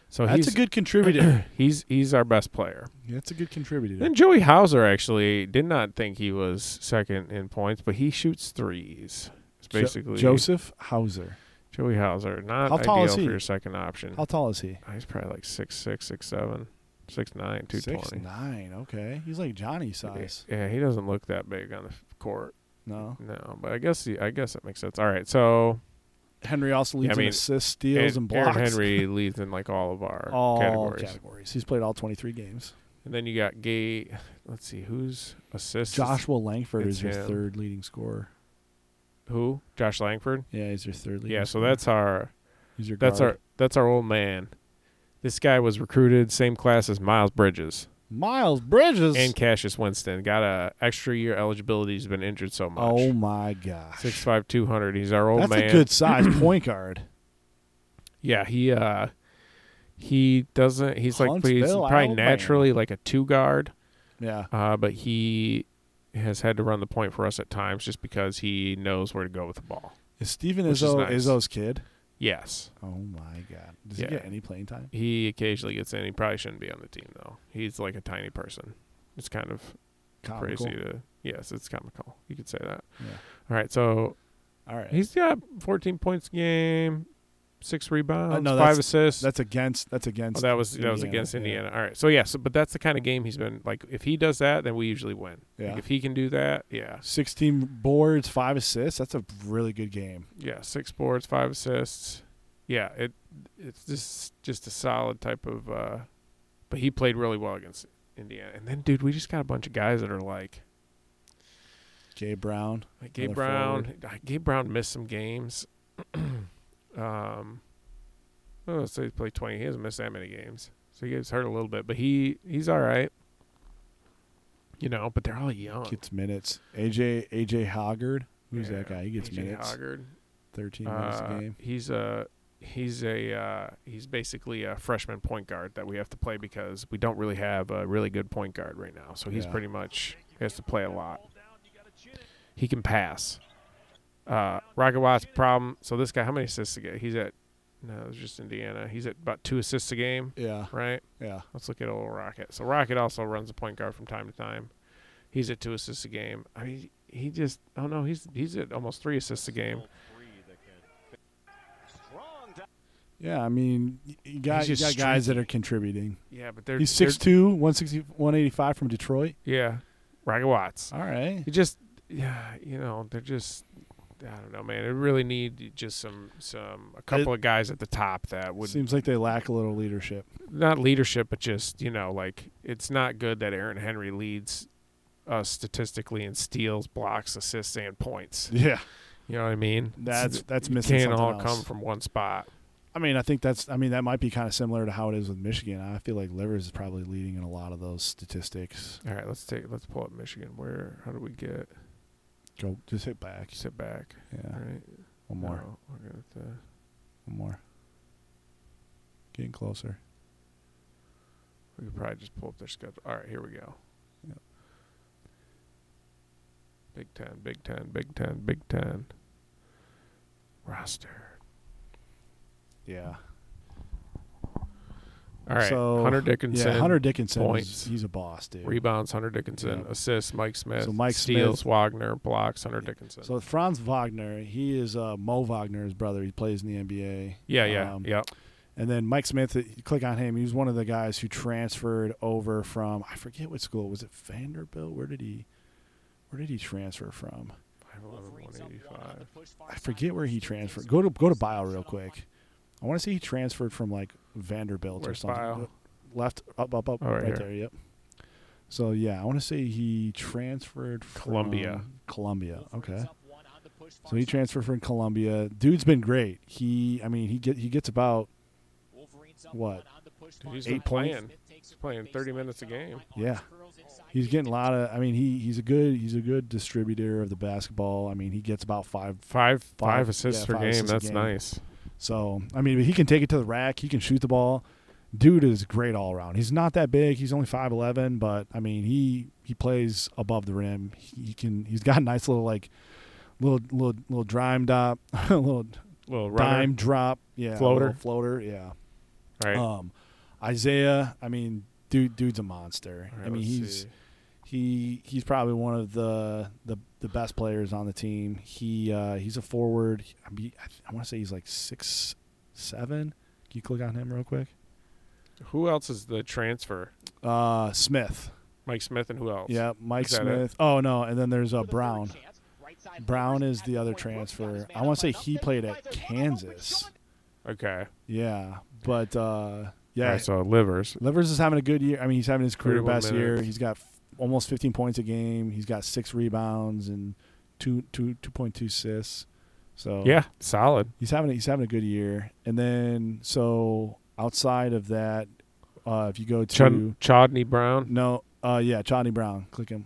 S2: So
S1: That's a
S2: he's
S1: good contributor.
S2: he's he's our best player.
S1: That's a good contributor.
S2: Then Joey Hauser actually did not think he was second in points, but he shoots threes. It's
S1: Jo-
S2: basically
S1: Joseph Hauser.
S2: Joey Hauser. Not
S1: How tall
S2: ideal
S1: is
S2: for
S1: he?
S2: your second option.
S1: How tall is he?
S2: Oh, he's probably like six six, six seven, six nine, two twenty.
S1: Six nine. Okay, he's like Johnny size.
S2: Yeah, he doesn't look that big on the f- court.
S1: No,
S2: No, but I guess he, I guess it makes sense. All right, so
S1: Henry also
S2: Yeah, I
S1: leads
S2: mean,
S1: in assists, steals,
S2: Aaron-
S1: and blocks.
S2: Aaron Henry leads in like all of our
S1: all
S2: categories.
S1: categories. He's played all twenty three games.
S2: And then you got Gay. Let's see who's assist.
S1: Joshua Langford
S2: it's
S1: is your
S2: him.
S1: third leading scorer.
S2: who? Josh Langford.
S1: Yeah, he's your third leading.
S2: Yeah, so
S1: scorer.
S2: that's our
S1: he's your
S2: That's
S1: guard.
S2: our that's our old man. This guy was recruited same class as Miles Bridges
S1: Miles Bridges.
S2: and Cassius Winston. Got a extra year eligibility. He's been injured so much.
S1: oh my gosh,
S2: Six five two hundred. He's our old
S1: that's
S2: man.
S1: a good size point guard.
S2: Yeah, he uh he doesn't. He's like he's
S1: Huntsville,
S2: probably
S1: Alabama.
S2: naturally like a two guard.
S1: Yeah,
S2: Uh, but he has had to run the point for us at times just because he knows where to go with the ball.
S1: is Steven
S2: Which is
S1: Izzo
S2: nice.
S1: Izzo's kid?
S2: Yes,
S1: Oh my god, does
S2: Yeah.
S1: he get any playing time?
S2: he occasionally gets in. He probably shouldn't be on the team though. He's like a tiny person. It's kind of
S1: Comical.
S2: crazy to yes, it's comical. You could say that.
S1: Yeah.
S2: All right, so
S1: All right,
S2: he's got 14 points a game, six rebounds,
S1: Oh, no,
S2: five
S1: that's-
S2: assists.
S1: That's against. That's
S2: Oh,
S1: against.
S2: that was that was
S1: Indiana,
S2: against
S1: yeah.
S2: Indiana. All right. So yeah. So but that's the kind of game he's been like. If he does that, then we usually win. Like,
S1: Yeah.
S2: if he can do that, yeah,
S1: 16 boards, five assists. That's a really good game.
S2: yeah, six boards, five assists. Yeah, it it's just just a solid type of. uh But he played really well against Indiana. And then dude, we just got a bunch of guys that are like
S1: Jay Brown.
S2: Like Gabe
S1: Another
S2: Brown, Gabe Brown missed some games. um, oh, so he's played twenty. He hasn't missed that many games, so he gets hurt a little bit, but he he's all right. You know, but they're all young.
S1: gets minutes. AJ AJ Hoggard. Who's that
S2: Yeah,
S1: guy? He gets
S2: AJ
S1: minutes.
S2: Hoggard.
S1: 13 minutes
S2: Uh,
S1: a game.
S2: He's a he's a uh, he's basically a freshman point guard that we have to play because we don't really have a really good point guard right now. So he's
S1: Yeah.
S2: pretty much has to play a lot. He can pass. Uh, Rocket Watts problem. So this guy, how many assists a game? He's at no, it's just Indiana. He's at about two assists a game,
S1: Yeah.
S2: right?
S1: Yeah.
S2: Let's look at old Rocket. So Rocket also runs the point guard from time to time. He's at two assists a game. I mean, he just oh no, he's he's at almost three assists a game.
S1: Yeah, I mean, y- you got, you
S2: He's just
S1: got guys that are contributing.
S2: Yeah, but they're
S1: He's
S2: they're-
S1: 6'2", 160, 185 from Detroit.
S2: Yeah, Rocket Watts.
S1: All right.
S2: You just, yeah, you know, they're just, I don't know, man. They really need just some, some, a couple of guys at the top that would
S1: Seems like they lack a little leadership.
S2: not leadership, but just you know, like it's not good that Aaron Henry leads us statistically in steals, blocks, assists, and points.
S1: Yeah.
S2: You know what I mean?
S1: That's
S2: It's-
S1: that's
S2: it
S1: missing
S2: can't
S1: something
S2: all
S1: else.
S2: come from one spot.
S1: I mean, I think that's. I mean, that might be kind of similar to how it is with Michigan. I feel like Livers is probably leading in a lot of those statistics.
S2: All right, let's take, let's pull up Michigan. Where? How do we get?
S1: Go, just hit back.
S2: Sit back.
S1: Yeah,
S2: All right.
S1: one Uh, more,
S2: No, we're gonna have to-
S1: one more. Getting closer.
S2: We could probably just pull up their schedule. All right, here we go.
S1: Yep.
S2: Big Ten, Big Ten, Big Ten, Big Ten. Roster.
S1: Yeah.
S2: All right.
S1: So,
S2: Hunter Dickinson.
S1: yeah, Hunter Dickinson.
S2: points.
S1: Is, he's a boss, dude.
S2: Rebounds, Hunter Dickinson.
S1: Yep.
S2: Assists, Mike Smith.
S1: So Mike
S2: Steals,
S1: Smith-
S2: Wagner. Blocks, Hunter
S1: Yeah.
S2: Dickinson.
S1: So Franz Wagner, he is uh, Mo Wagner's brother. He plays in the NBA.
S2: yeah, yeah,
S1: Um,
S2: yep.
S1: And then Mike Smith, you click on him. He was one of the guys who transferred over from I forget what school was it Vanderbilt? Where did he, where did he transfer from?
S2: 5'11", 185.
S1: I forget where he transferred. Go to go to bio real quick. I want to say he transferred from like Vanderbilt or
S2: Where's
S1: something. Uh,
S2: bio?
S1: Left up up up
S2: Oh, right
S1: right,
S2: here.
S1: there. Yep. So yeah, I want to say he transferred from
S2: Columbia.
S1: Columbia. Okay. So he transferred from Columbia. Dude's been great. He I mean he get he gets about what?
S2: Dude, he's
S1: Eight
S2: been
S1: points.
S2: playing. He's playing 30 minutes a game.
S1: yeah. He's getting a lot of I mean he he's a good he's a good distributor of the basketball. I mean he gets about 5
S2: Five, five,
S1: Five-
S2: assists
S1: yeah,
S2: per
S1: five
S2: game.
S1: assists a
S2: That's
S1: game.
S2: nice.
S1: So I mean, but he can take it to the rack. He can shoot the ball. Dude is great all around. He's not that big. He's only five eleven, but I mean, he he plays above the rim. He, he can. He's got a nice little like little little little dime drop, little
S2: Little runner.
S1: dime drop. Yeah,
S2: Floater.
S1: little floater. Yeah.
S2: All right.
S1: Um, Isaiah. I mean, dude, dude's a monster.
S2: All right,
S1: I mean,
S2: let's
S1: he's
S2: see.
S1: he he's probably one of the the, the best players on the team. He uh, he's a forward. I mean, I, I want to say he's like six seven. Can you click on him real quick?
S2: Who else is the transfer?
S1: Uh, Smith.
S2: Mike Smith and who else?
S1: Yeah, Mike
S2: Oh, Is that
S1: Smith. Oh no, and then there's uh, Brown.
S4: Brown.
S1: Brown is the other transfer. I want to say he played at Kansas.
S2: Okay.
S1: Yeah, but uh, yeah,
S2: All right, so livers.
S1: Livers is having a good year. I mean, he's having his career
S2: 31
S1: best year.
S2: minutes.
S1: He's got f- almost 15 points a game. He's got six rebounds and two two two point two assists. So
S2: Yeah, solid.
S1: he's having he's having a good year. And then so outside of that, uh, if you go to
S2: Chud- Chodney Brown.
S1: no, uh, yeah, Johnny Brown, click him.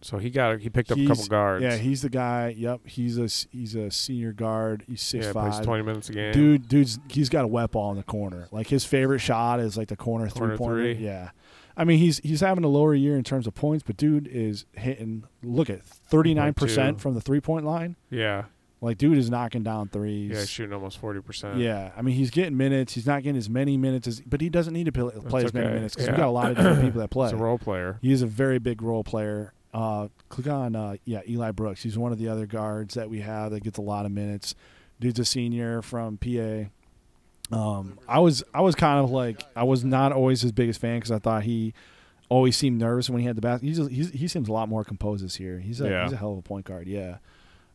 S2: So he got he picked up a
S1: He's-
S2: couple guards.
S1: Yeah, he's the guy. Yep, he's a s- he's a senior guard. He's
S2: Yeah,
S1: six
S2: plays
S1: five.
S2: twenty minutes a game.
S1: Dude, dude's he's got a wet ball in the corner. Like his favorite shot is like the corner, three
S2: Corner
S1: pointer.
S2: three.
S1: Yeah, I mean he's he's having a lower year in terms of points, but dude is hitting. Look at thirty nine percent
S2: 3.2.
S1: from the three point line.
S2: Yeah,
S1: Like dude is knocking down threes.
S2: yeah, he's shooting almost forty percent.
S1: Yeah, I mean he's getting minutes. He's not getting as many minutes as, but he doesn't need to play, play as many
S2: okay.
S1: minutes because
S2: Yeah.
S1: we got a lot of different people that play.
S2: he's a role player.
S1: He is a very big role player. Uh, click on uh, yeah Eli Brooks. He's one of the other guards that we have that gets a lot of minutes. Dude's a senior from PA. Um, I was I was kind of like I was not always his biggest fan because I thought he always seemed nervous when he had the basket. He's, just- he's he seems a lot more composed this year. He's a
S2: Yeah.
S1: he's a hell of a point guard. Yeah,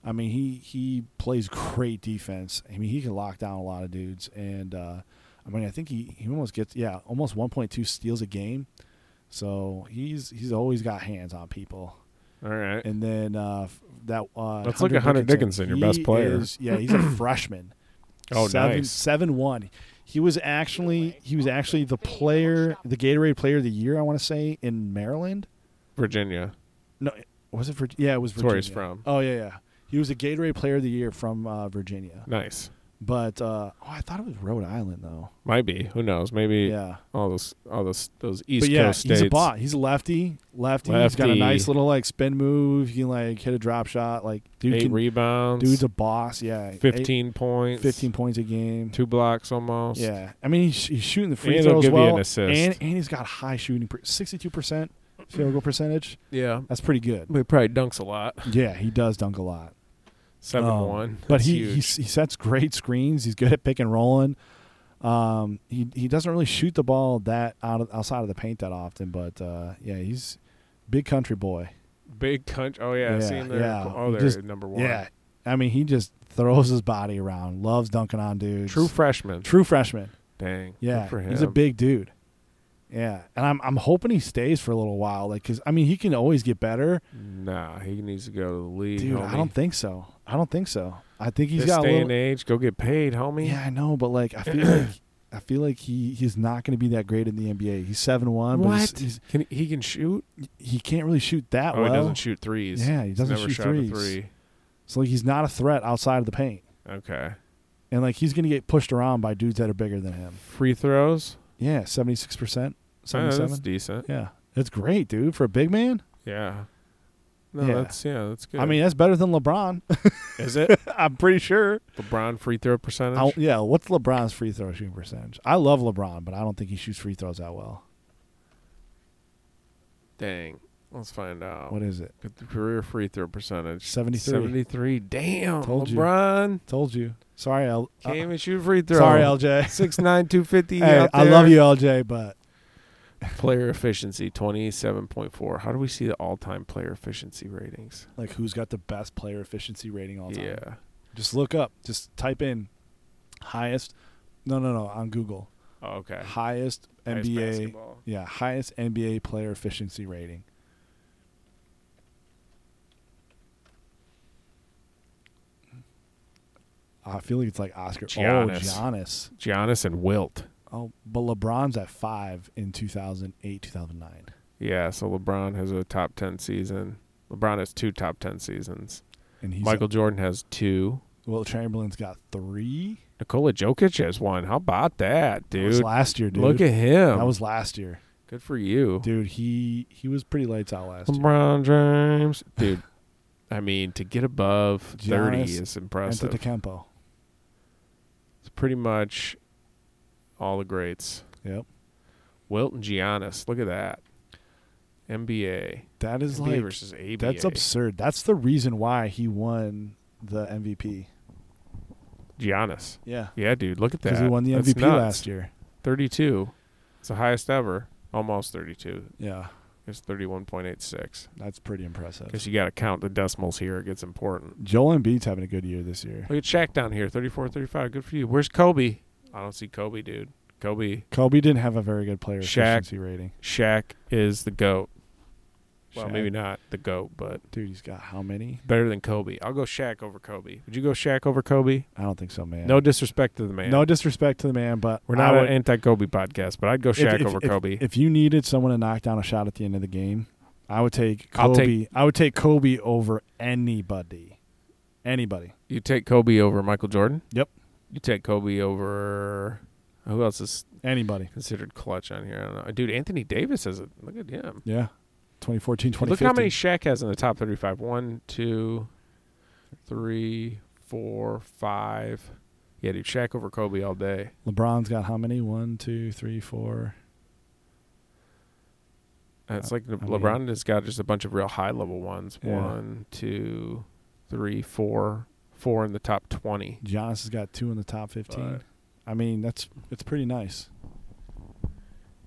S1: I mean he he plays great defense. I mean he can lock down a lot of dudes, and uh, I mean I think he he almost gets yeah almost 1.2 steals a game. So he's he's always got hands on people.
S2: All right.
S1: And then uh, f- that uh,
S3: Let's look at Hunter Dickinson, your best
S1: He
S3: player.
S1: is- yeah, he's a freshman.
S2: Oh,
S1: seven,
S2: nice.
S1: Seven one. He was actually he was actually the player, the Gatorade Player of the Year, I want to say, in Maryland.
S2: Virginia.
S1: No, was it for? Yeah, it was
S2: That's where
S1: Virginia.
S2: he's from.
S1: Oh yeah, yeah. He was a Gatorade Player of the Year from uh, Virginia,
S2: Nice.
S1: but uh, oh, I thought it was Rhode Island though.
S2: Might be. Who knows? Maybe
S1: Yeah,
S2: all those all those those East
S1: but yeah,
S2: Coast
S1: he's
S2: states.
S1: a bot. He's a lefty, lefty. He's got a
S2: Lefty.
S1: nice little like spin move. He can like hit a drop shot. Like dude
S2: Eight
S1: can
S2: rebounds.
S1: Dude's a boss. Yeah, Eight-
S2: fifteen points.
S1: 15 points a game.
S2: Two blocks almost.
S1: Yeah, I mean he's, he's shooting the free
S2: And he'll
S1: throws
S2: give you
S1: well,
S2: an assist.
S1: and and he's got high shooting, sixty-two percent field goal percentage.
S2: Yeah.
S1: That's pretty good.
S2: But he probably dunks a lot.
S1: Yeah, he does dunk a lot,
S2: Seven
S1: Um,
S2: one.
S1: but
S2: That's
S1: he,
S2: huge.
S1: he he sets great screens. He's good at pick and rolling. Um, he he doesn't really shoot the ball that out of, outside of the paint that often, but uh, yeah, he's big country boy.
S2: big country. Oh yeah,
S1: Yeah,
S2: I seen their
S1: yeah.
S2: oh
S1: He
S2: they're
S1: just-
S2: number one.
S1: Yeah, I mean he just throws his body around, loves dunking on dudes.
S2: True freshman.
S1: true freshman.
S2: Dang. good
S1: Yeah,
S2: for him.
S1: he's a big dude. Yeah, and I'm I'm hoping he stays for a little while, like because I mean he can always get better,
S2: Nah, he needs to go to the league.
S1: dude.
S2: homie.
S1: I don't think so. I don't think so. I think he's
S2: this
S1: got a
S2: day
S1: little.
S2: and age, go get paid, homie.
S1: yeah, I know, but like I feel like I feel like he he's not going to be that great in the NBA. He's seven one, but he's,
S2: What?
S1: he's,
S2: Can he can shoot?
S1: he can't really shoot that
S2: Oh,
S1: well.
S2: he doesn't shoot threes.
S1: Yeah, he
S2: He's
S1: doesn't
S2: never
S1: shoot
S2: shot a
S1: threes.
S2: three.
S1: So like he's not a threat outside of the paint,
S2: Okay.
S1: and like he's going to get pushed around by dudes that are bigger than him.
S2: Free throws.
S1: Yeah, seventy six percent,
S2: Uh,
S1: seventy
S2: that's
S1: seven.
S2: decent.
S1: Yeah, that's great, dude, for a big man.
S2: Yeah. No,
S1: Yeah.
S2: that's yeah, that's good.
S1: I mean, that's better than LeBron.
S2: is it
S1: I'm pretty sure.
S2: LeBron free throw percentage?
S1: I, yeah, what's LeBron's free throw shooting percentage? I love LeBron, but I don't think he shoots free throws that well.
S2: Dang, let's find out.
S1: What is it?
S2: Career free throw percentage
S1: 73.
S2: Seventy-three. Damn,
S1: Told you.
S2: LeBron
S1: Told you. Sorry, L. uh,
S2: can't even shoot free throw.
S1: sorry, LJ.
S2: Six nine two fifty.
S1: hey, I love you, LJ, but
S2: Player efficiency twenty-seven point four. How do we see the all-time player efficiency ratings?
S1: like, who's got the best player efficiency rating all time?
S2: Yeah.
S1: Just look up. Just type in highest. No, no, no. On Google,
S2: Oh, okay.
S1: highest
S2: Nice
S1: NBA.
S2: basketball.
S1: Yeah, highest NBA player efficiency rating. I feel like it's like Oscar. Oh,
S2: Giannis.
S1: Giannis.
S2: Giannis and Wilt.
S1: Oh, but LeBron's at five in 2008, 2009.
S2: Yeah. So LeBron has a top ten season. LeBron has two top ten seasons.
S1: And he's
S2: Michael Jordan has two.
S1: Will Chamberlain's got three.
S2: Nikola Jokic has one. How about that,
S1: That was
S2: dude?
S1: last year, dude.
S2: Look at him.
S1: that was last year,
S2: good for you.
S1: dude. He he was pretty lights out last year.
S2: LeBron James, dude. I mean, to get above thirty
S1: Giannis
S2: is impressive.
S1: Antetokounmpo.
S2: it's pretty much all the greats.
S1: Yep.
S2: Wilton Giannis, look at that. NBA,
S1: That is
S2: NBA
S1: like
S2: versus ABA.
S1: that's absurd. That's the reason why he won the MVP.
S2: Giannis.
S1: Yeah,
S2: Yeah, dude, look at that.
S1: because he won the
S2: That's
S1: MVP
S2: nuts.
S1: last year.
S2: Thirty-two. It's the highest ever. Almost thirty-two.
S1: Yeah,
S2: It's thirty-one point eight six.
S1: that's pretty impressive.
S2: Because you got to count the decimals here. It gets important.
S1: Joel Embiid's having a good year this year.
S2: Look at Shaq down here, 34, 35. Good for you. Where's Kobe? I don't see Kobe, dude. Kobe,
S1: Kobe didn't have a very good player
S2: Shaq.
S1: efficiency rating.
S2: Shaq is the goat. Well,
S1: Shaq.
S2: maybe not the goat, but
S1: Dude, he's got how many?
S2: better than Kobe. I'll go Shaq over Kobe. Would you go Shaq over Kobe?
S1: I don't think so, man.
S2: No disrespect to the man.
S1: No disrespect to the man, but
S2: we're not
S1: I
S2: an
S1: would-
S2: anti-Kobe podcast, but I'd go Shaq over Kobe.
S1: If you needed someone to knock down a shot at the end of the game, I would take
S2: I'll
S1: Kobe.
S2: take-
S1: I would take Kobe over anybody. Anybody.
S2: you take Kobe over Michael Jordan.
S1: Yep.
S2: You take Kobe over. Who else is
S1: Anybody.
S2: considered clutch on here? I don't know. Dude, Anthony Davis has it. Look at him.
S1: Yeah. 2014, 2015.
S2: Look at how many Shaq has in the top 35. One, two, three, four, five. Yeah, dude, Shaq over Kobe all day.
S1: LeBron's got how many? One, two, three, four.
S2: Uh, It's
S1: I-
S2: like Le-
S1: mean-
S2: LeBron has got just a bunch of real high level ones.
S1: Yeah.
S2: One, two, three, four, five. four in the top twenty.
S1: Giannis has got two in the top fifteen.
S2: But-
S1: I mean, that's it's pretty nice.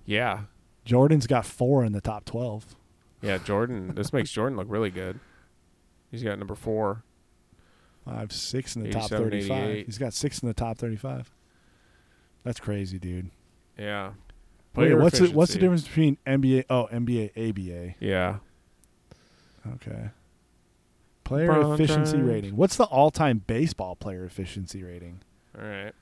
S2: Yeah,
S1: Jordan's got four in the top twelve.
S2: yeah. Jordan, this makes Jordan look really good. He's got number four.
S1: Five, six in the top
S2: 87,
S1: thirty-five.
S2: 88.
S1: He's got six in the top thirty-five. That's crazy, dude.
S2: Yeah.
S1: Wait,
S2: Player
S1: what's the, what's the
S2: efficiency.
S1: difference between NBA? Oh, NBA, ABA.
S2: Yeah,
S1: Okay. Player
S2: LeBron
S1: efficiency
S2: James.
S1: rating. What's the all-time baseball player efficiency rating?
S2: all right.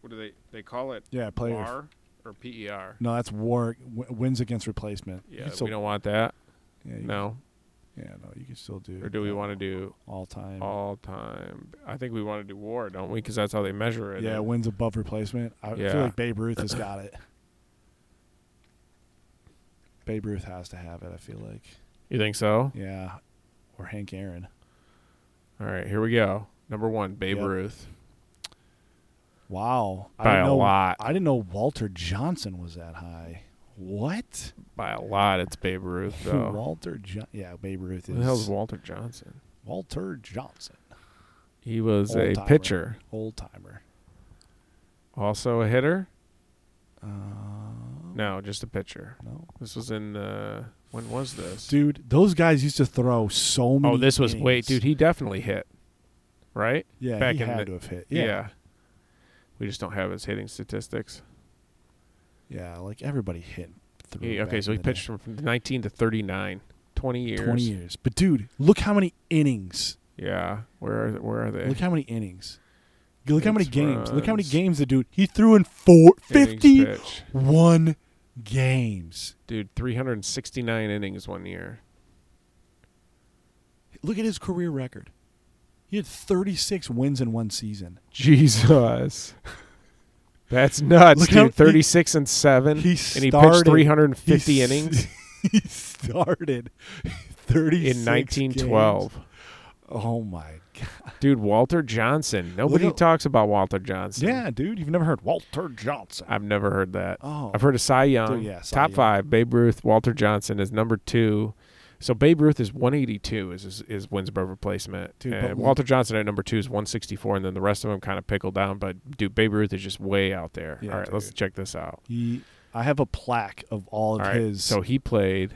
S2: What do they they call it?
S1: Yeah, player. eff-
S2: R or PER?
S1: No, that's war w- wins against replacement. You
S2: Yeah,
S1: can still-
S2: we don't want that.
S1: yeah, you-
S2: No,
S1: Yeah, no, you can still do.
S2: or do we want to do
S1: all-time?
S2: all time? I think we want to do WAR, don't we? Because that's how they measure it.
S1: yeah, wins above replacement. I feel
S2: Yeah.
S1: like Babe Ruth has got it. Babe Ruth has to have it. I feel like.
S2: you think so?
S1: Yeah, or Hank Aaron.
S2: All right, here we go. Number one, Babe
S1: Yep.
S2: Ruth
S1: Wow, I
S2: By
S1: didn't
S2: a
S1: know,
S2: lot.
S1: I didn't know Walter Johnson was that high. What?
S2: by a lot. It's Babe Ruth though.
S1: Walter Johnson. Yeah, Babe Ruth
S2: Who the hell's
S1: is
S2: Walter Johnson?
S1: Walter Johnson,
S2: He was a
S1: Old-timer.
S2: pitcher,
S1: old timer.
S2: also a hitter.
S1: Uh,
S2: No, just a pitcher.
S1: no,
S2: This was in the when was this?
S1: dude, those guys used to throw so many.
S2: oh, this was wait,
S1: innings.
S2: dude. He definitely hit, right?
S1: Yeah,
S2: back
S1: he
S2: in
S1: had
S2: the-
S1: to have hit. Yeah, yeah,
S2: We just don't have his hitting statistics.
S1: like everybody hit. Through
S2: He- okay,
S1: back
S2: so
S1: in
S2: he
S1: the day.
S2: pitched from 19 to 39, 20 years.
S1: twenty years. But dude, look how many innings.
S2: Yeah, where are where are they?
S1: Look how many innings. Look how many
S2: Hits,
S1: games. Look how many
S2: Eh. runs.
S1: games the dude. He threw in four,
S2: Innings
S1: 51
S2: pitched.
S1: games.
S2: dude. 369 innings one year.
S1: Look at his career record. He had 36 wins in one season.
S2: Jesus. That's nuts,
S1: Look
S2: dude.
S1: how he-
S2: 36 and 7.
S1: he
S2: and he
S1: started-
S2: pitched 350
S1: He s-
S2: innings
S1: He started 30
S2: in 1912.
S1: Oh my god!
S2: Dude, Walter Johnson. Nobody
S1: at-
S2: talks about Walter Johnson.
S1: Yeah, dude, you've never heard Walter Johnson.
S2: I've never heard that.
S1: oh,
S2: I've heard of Cy Young.
S1: Dude, yeah, Cy
S2: top
S1: Young.
S2: five. Babe Ruth, Walter Johnson is number two. So Babe Ruth is 182 is is, is wins above replacement.
S1: Dude, but
S2: and
S1: we-
S2: Walter Johnson at number two is 164, and then the rest of them kind of pickle down. But dude, Babe Ruth is just way out there.
S1: Yeah,
S2: All right, let's
S1: dude.
S2: check this out.
S1: he. I have a plaque of all
S2: All
S1: of
S2: right,
S1: his.
S2: so he played.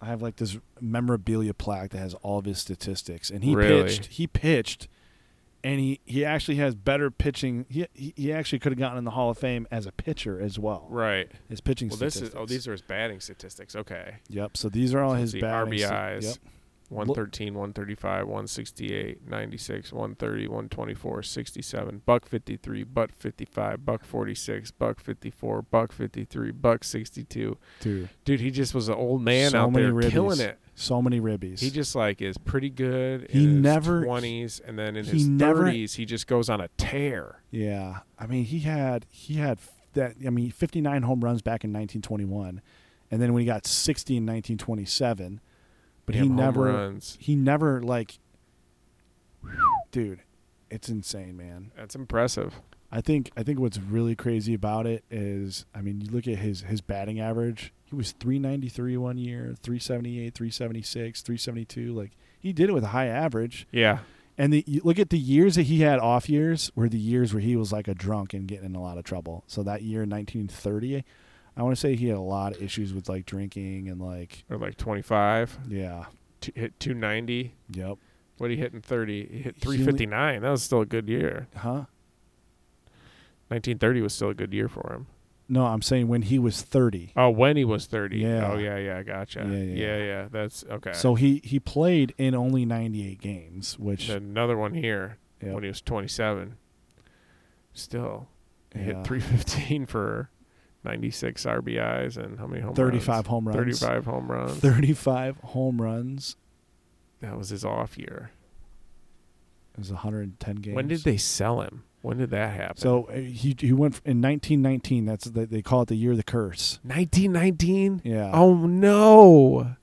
S1: I have like this memorabilia plaque that has all of his statistics, and he
S2: Really?
S1: pitched. He pitched, and he he actually has better pitching. He he, he actually could have gotten in the Hall of Fame as a pitcher as well.
S2: Right.
S1: His pitching.
S2: Well, this
S1: statistics.
S2: is. Oh, these are his batting statistics. Okay.
S1: Yep. So these are all
S2: So
S1: his
S2: the
S1: batting sta-
S2: RBIs.
S1: Yep.
S2: 113, 135, 168, 96, 130, 124, 67, buck 53, buck 55, buck 46, buck 54, buck 53, buck 62.
S1: Dude,
S2: Dude, he just was an old man
S1: So
S2: out
S1: many
S2: there
S1: ribbies.
S2: killing it.
S1: so many ribbies.
S2: He just like is pretty good.
S1: He
S2: in his
S1: never-
S2: 20s and then in
S1: he
S2: his
S1: never-
S2: 30s he just goes on a tear.
S1: Yeah, I mean, he had he had f- that. I mean, fifty nine home runs back in nineteen twenty one, and then when he got sixty in nineteen twenty seven, but he
S2: Damn home
S1: never
S2: runs.
S1: he never like, dude, it's insane, man.
S2: That's impressive.
S1: I think I think what's really crazy about it is, I mean, you look at his his batting average. He was three ninety three one year, three seventy eight, three seventy six, three seventy two. Like he did it with a high average.
S2: Yeah.
S1: And the you look at the years that he had off years were the years where he was like a drunk and getting in a lot of trouble. So that year in 1930, I want to say he had a lot of issues with like drinking and like
S2: Or like 25,
S1: yeah,
S2: t- hit 290.
S1: yep,
S2: What did he hit in 30? He hit
S1: He only-
S2: 359. that was still a good year.
S1: huh?
S2: 1930 was still a good year for him.
S1: No, I'm saying when he was 30.
S2: Oh, when he was 30.
S1: Yeah.
S2: Oh, yeah, yeah, gotcha.
S1: Yeah,
S2: Yeah,
S1: yeah,
S2: yeah,
S1: yeah.
S2: That's okay.
S1: So he he played in only 98 games, which
S2: Then another one here
S1: yep,
S2: when he was 27. Still he
S1: yeah.
S2: hit 315 for 96 RBIs and how many home
S1: 35
S2: runs?
S1: home runs,
S2: 35 home runs.
S1: 35 home runs.
S2: That was his off year.
S1: It was 110 games.
S2: When did they sell him? When did that happen?
S1: So uh, he he went f- in 1919. That's they, they call it the year of the curse.
S2: 1919?
S1: Yeah.
S2: Oh no.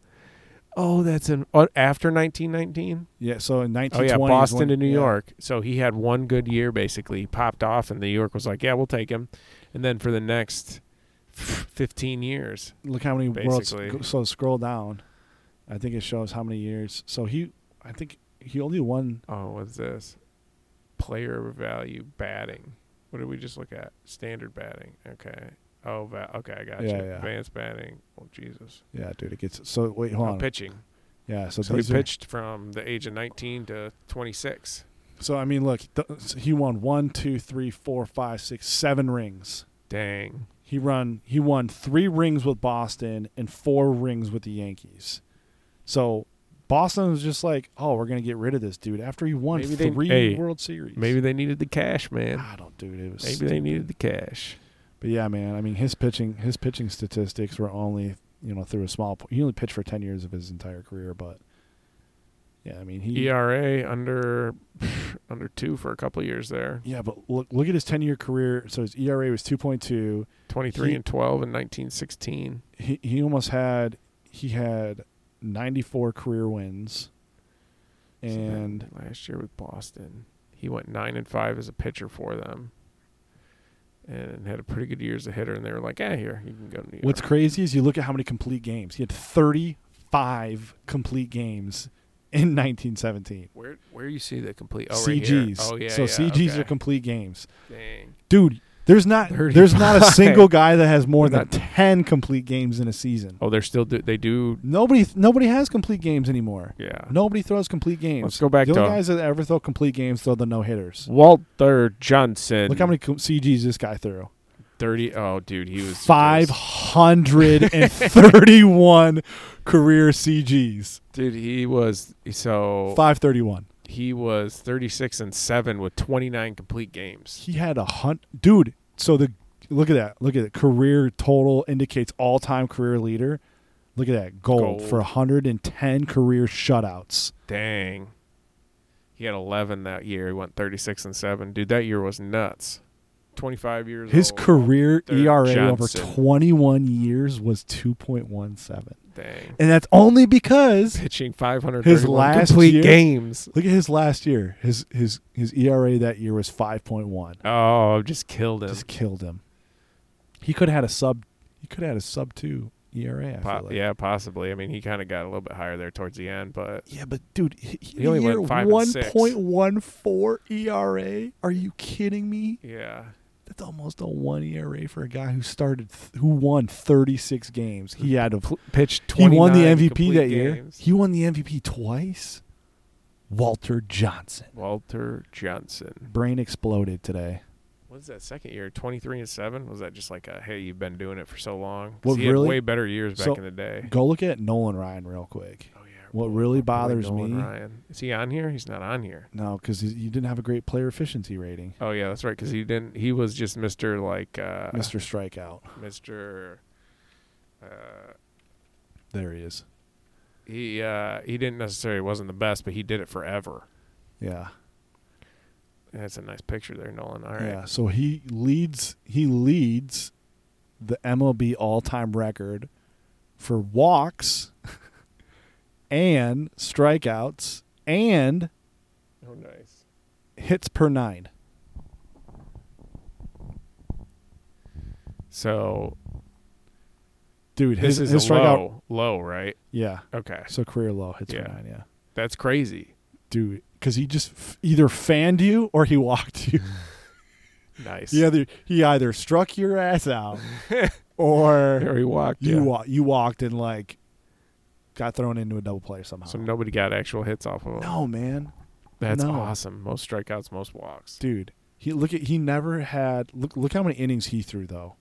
S2: Oh, that's in oh, after 1919?
S1: Yeah, so in
S2: Oh yeah,
S1: 1920s when-
S2: Boston to New
S1: yeah.
S2: York. So he had one good year basically. He popped off, and New York was like, "Yeah, we'll take him." And then for the next fifteen years,
S1: Look how many worlds.
S2: Basically.
S1: So scroll down. I think it shows how many years. So he, I think he only won.
S2: Oh, what's this? Player value batting. What did we just look at? Standard batting. Okay. Oh, va- okay, I got
S1: Yeah,
S2: you.
S1: yeah.
S2: Advanced batting. Oh, Jesus.
S1: Yeah, dude, it gets. So wait, hold
S2: Oh,
S1: on.
S2: pitching.
S1: Yeah, so,
S2: So he
S1: these are-
S2: pitched from the age of 19 to 26.
S1: So I mean, look, th- so he won one, two, three, four, five, six, seven rings.
S2: Dang.
S1: He run he won three rings with Boston and four rings with the Yankees. So Boston was just like, oh, we're gonna get rid of this dude after he won
S2: Maybe they-
S1: three
S2: hey,
S1: World Series.
S2: Maybe they needed the cash, man.
S1: I don't, dude. It was
S2: Maybe they needed the cash.
S1: But yeah, man. I mean, his pitching his pitching statistics were only you know through a small. po- He only pitched for ten years of his entire career, but yeah, I mean he
S2: ERA E under under two for a couple years there.
S1: yeah. But look look at his ten year career. So his ERA was two point two.
S2: 23
S1: He-
S2: and 12 in 1916.
S1: he he almost had he had 94 career wins
S2: So then
S1: and
S2: last year with Boston, he went nine and five as a pitcher for them, and had a pretty good year as a hitter. And they were like, "Ah, here you can go to New York."
S1: what's crazy is you look at how many complete games he had 35 complete games in 1917
S2: where where you see the complete? Oh, right here.
S1: CGs
S2: Oh yeah.
S1: so
S2: yeah,
S1: CGs
S2: okay.
S1: are complete games
S2: Dang.
S1: dude there's not there's not a
S2: 35.
S1: single guy that has more than
S2: There's
S1: 10 complete games in a season
S2: Oh, they're still do, they do.
S1: nobody nobody has complete games anymore
S2: Yeah.
S1: nobody throws complete games
S2: Let's go back
S1: the only
S2: to-
S1: guys that ever throw complete games throw the no hitters
S3: Walter Johnson.
S1: look how many co- CGs this guy threw
S2: Thirty. Oh, dude, he was
S1: 531 career CGs.
S2: Dude, he was so
S1: 531.
S2: he was thirty six and seven with twenty nine complete games.
S1: He had a hunt. Dude, so the look at that. Look at it. Career total indicates all time career leader. Look at that. Gold,
S2: Gold.
S1: for 110 career shutouts.
S2: Dang. He had 11 that year. He went 36 and 7. Dude, that year was nuts. 25 years
S1: His
S2: old.
S1: career
S2: Walter
S1: ERA over
S2: Johnson.
S1: 21 years was 2.17.
S2: Dang.
S1: And that's only because
S2: Pitching 500
S1: last
S2: complete
S1: year-
S2: games.
S1: look at his last year. His his his ERA that year was 5.1.
S2: Oh, just killed him.
S1: just killed him. He could have had a sub. He could have had a sub two ERA. I feel
S2: Po-
S1: like.
S2: yeah, possibly. I mean, he kind of got a little bit higher there towards the end, but
S1: Yeah, but dude, he,
S2: He only went five and
S1: one
S2: six.
S1: point one four ERA. Are you kidding me?
S2: yeah.
S1: That's almost a one ERA for a guy who started th- who won thirty six games. He had a
S2: Pitched
S1: he
S2: 29
S1: won the MVP
S2: complete
S1: that year.
S2: games.
S1: He won the MVP twice. Walter Johnson.
S2: Walter Johnson.
S1: Brain exploded today.
S2: What was that second year? 23 and 7? Was that just like a, hey, you've been doing it for so long? 'Cause
S1: What
S2: he
S1: really-
S2: had way better years back
S1: So-
S2: in the day.
S1: Go look at Nolan Ryan real quick.
S2: Oh, yeah.
S1: What really
S2: Boy,
S1: bothers
S2: Nolan
S1: me?
S2: Ryan. Is he on here? He's not on here.
S1: No, because you didn't have a great player efficiency rating.
S2: Oh yeah, that's right. Because he didn't. He was just Mister like uh,
S1: Mr. Strikeout.
S2: Mister. Uh,
S1: There he is.
S2: he uh, he didn't necessarily wasn't the best, but he did it forever.
S1: Yeah.
S2: That's a nice picture there, Nolan. All right.
S1: Yeah. So he leads he leads the MLB all time record for walks and strikeouts and
S2: Oh, nice.
S1: hits per nine.
S2: So
S1: Dude, his,
S2: this is
S1: his
S2: a
S1: strikeout
S2: low, low, right?
S1: Yeah.
S2: Okay,
S1: So career low hits
S2: Yeah.
S1: per nine, yeah.
S2: that's crazy.
S1: Dude, cuz he just f- either fanned you or he walked you.
S2: Nice.
S1: he either he either struck your ass out or
S2: There he walked.
S1: You
S2: yeah.
S1: wa- you walked and like got thrown into a double play somehow.
S2: So nobody got actual hits off of him.
S1: no, man,
S2: that's
S1: no.
S2: awesome. Most strikeouts, most walks.
S1: dude. He look at he never had look look how many innings he threw though.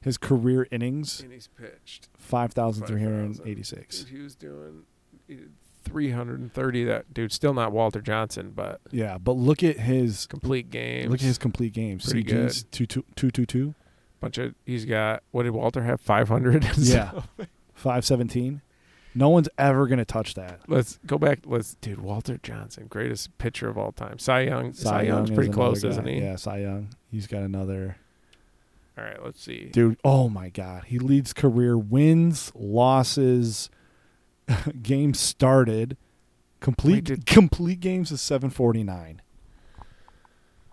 S1: His career innings
S2: And he's pitched.
S1: five thousand three hundred eighty six.
S2: Dude, he was doing eh, he did 330. That dude, still not Walter Johnson, but
S1: Yeah, but look at his
S2: complete games.
S1: look at his complete games.
S2: Pretty
S1: CGs two two two two two
S2: bunch of. He's got. What did Walter have? 500.
S1: Yeah. five seventeen. No one's ever gonna touch that.
S2: Let's go back. Let's, dude. Walter Johnson, greatest pitcher of all time. Cy Young. Cy,
S1: Young
S2: Young's
S1: is
S2: pretty
S1: another
S2: close,
S1: guy.
S2: isn't he?
S1: Yeah, Cy Young. He's got another.
S2: All right. Let's see.
S1: dude oh my god he leads career wins losses games started complete
S2: Wait, did-
S1: complete games is 749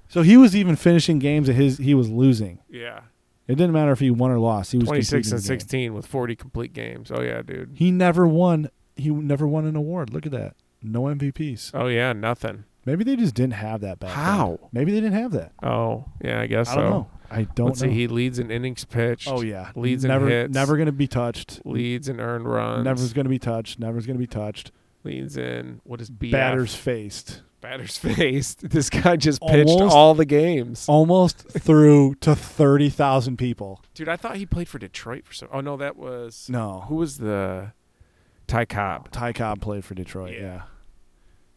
S1: so he was even finishing games that his he was losing
S2: Yeah.
S1: it didn't matter if he won or lost he was
S2: 26
S1: completing
S2: and
S1: the game.
S2: 16 with 40 complete games. Oh yeah, dude.
S1: he never won he never won an award. Look at that. No MVPs.
S2: Oh yeah, nothing.
S1: Maybe they just didn't have that back. then.
S2: How?
S1: Maybe they didn't have that.
S2: Oh yeah, I guess
S1: I
S2: so.
S1: don't know. I don't
S2: Let's
S1: know.
S2: see. He leads in innings pitched.
S1: oh yeah.
S2: leads in
S1: never
S2: hits.
S1: never going to be touched.
S2: leads in earned runs.
S1: Never's going to be touched. Never's going to be touched.
S2: leads in what is BF?
S1: Batters faced.
S2: batters faced. This guy just pitched
S1: Almost-
S2: all the games.
S1: Almost through to 30,000 people.
S2: Dude, I thought he played for Detroit for some. Oh no, that was
S1: No.
S2: who was the Ty Cobb.
S1: Ty Cobb played for Detroit.
S2: Yeah.
S1: Yeah.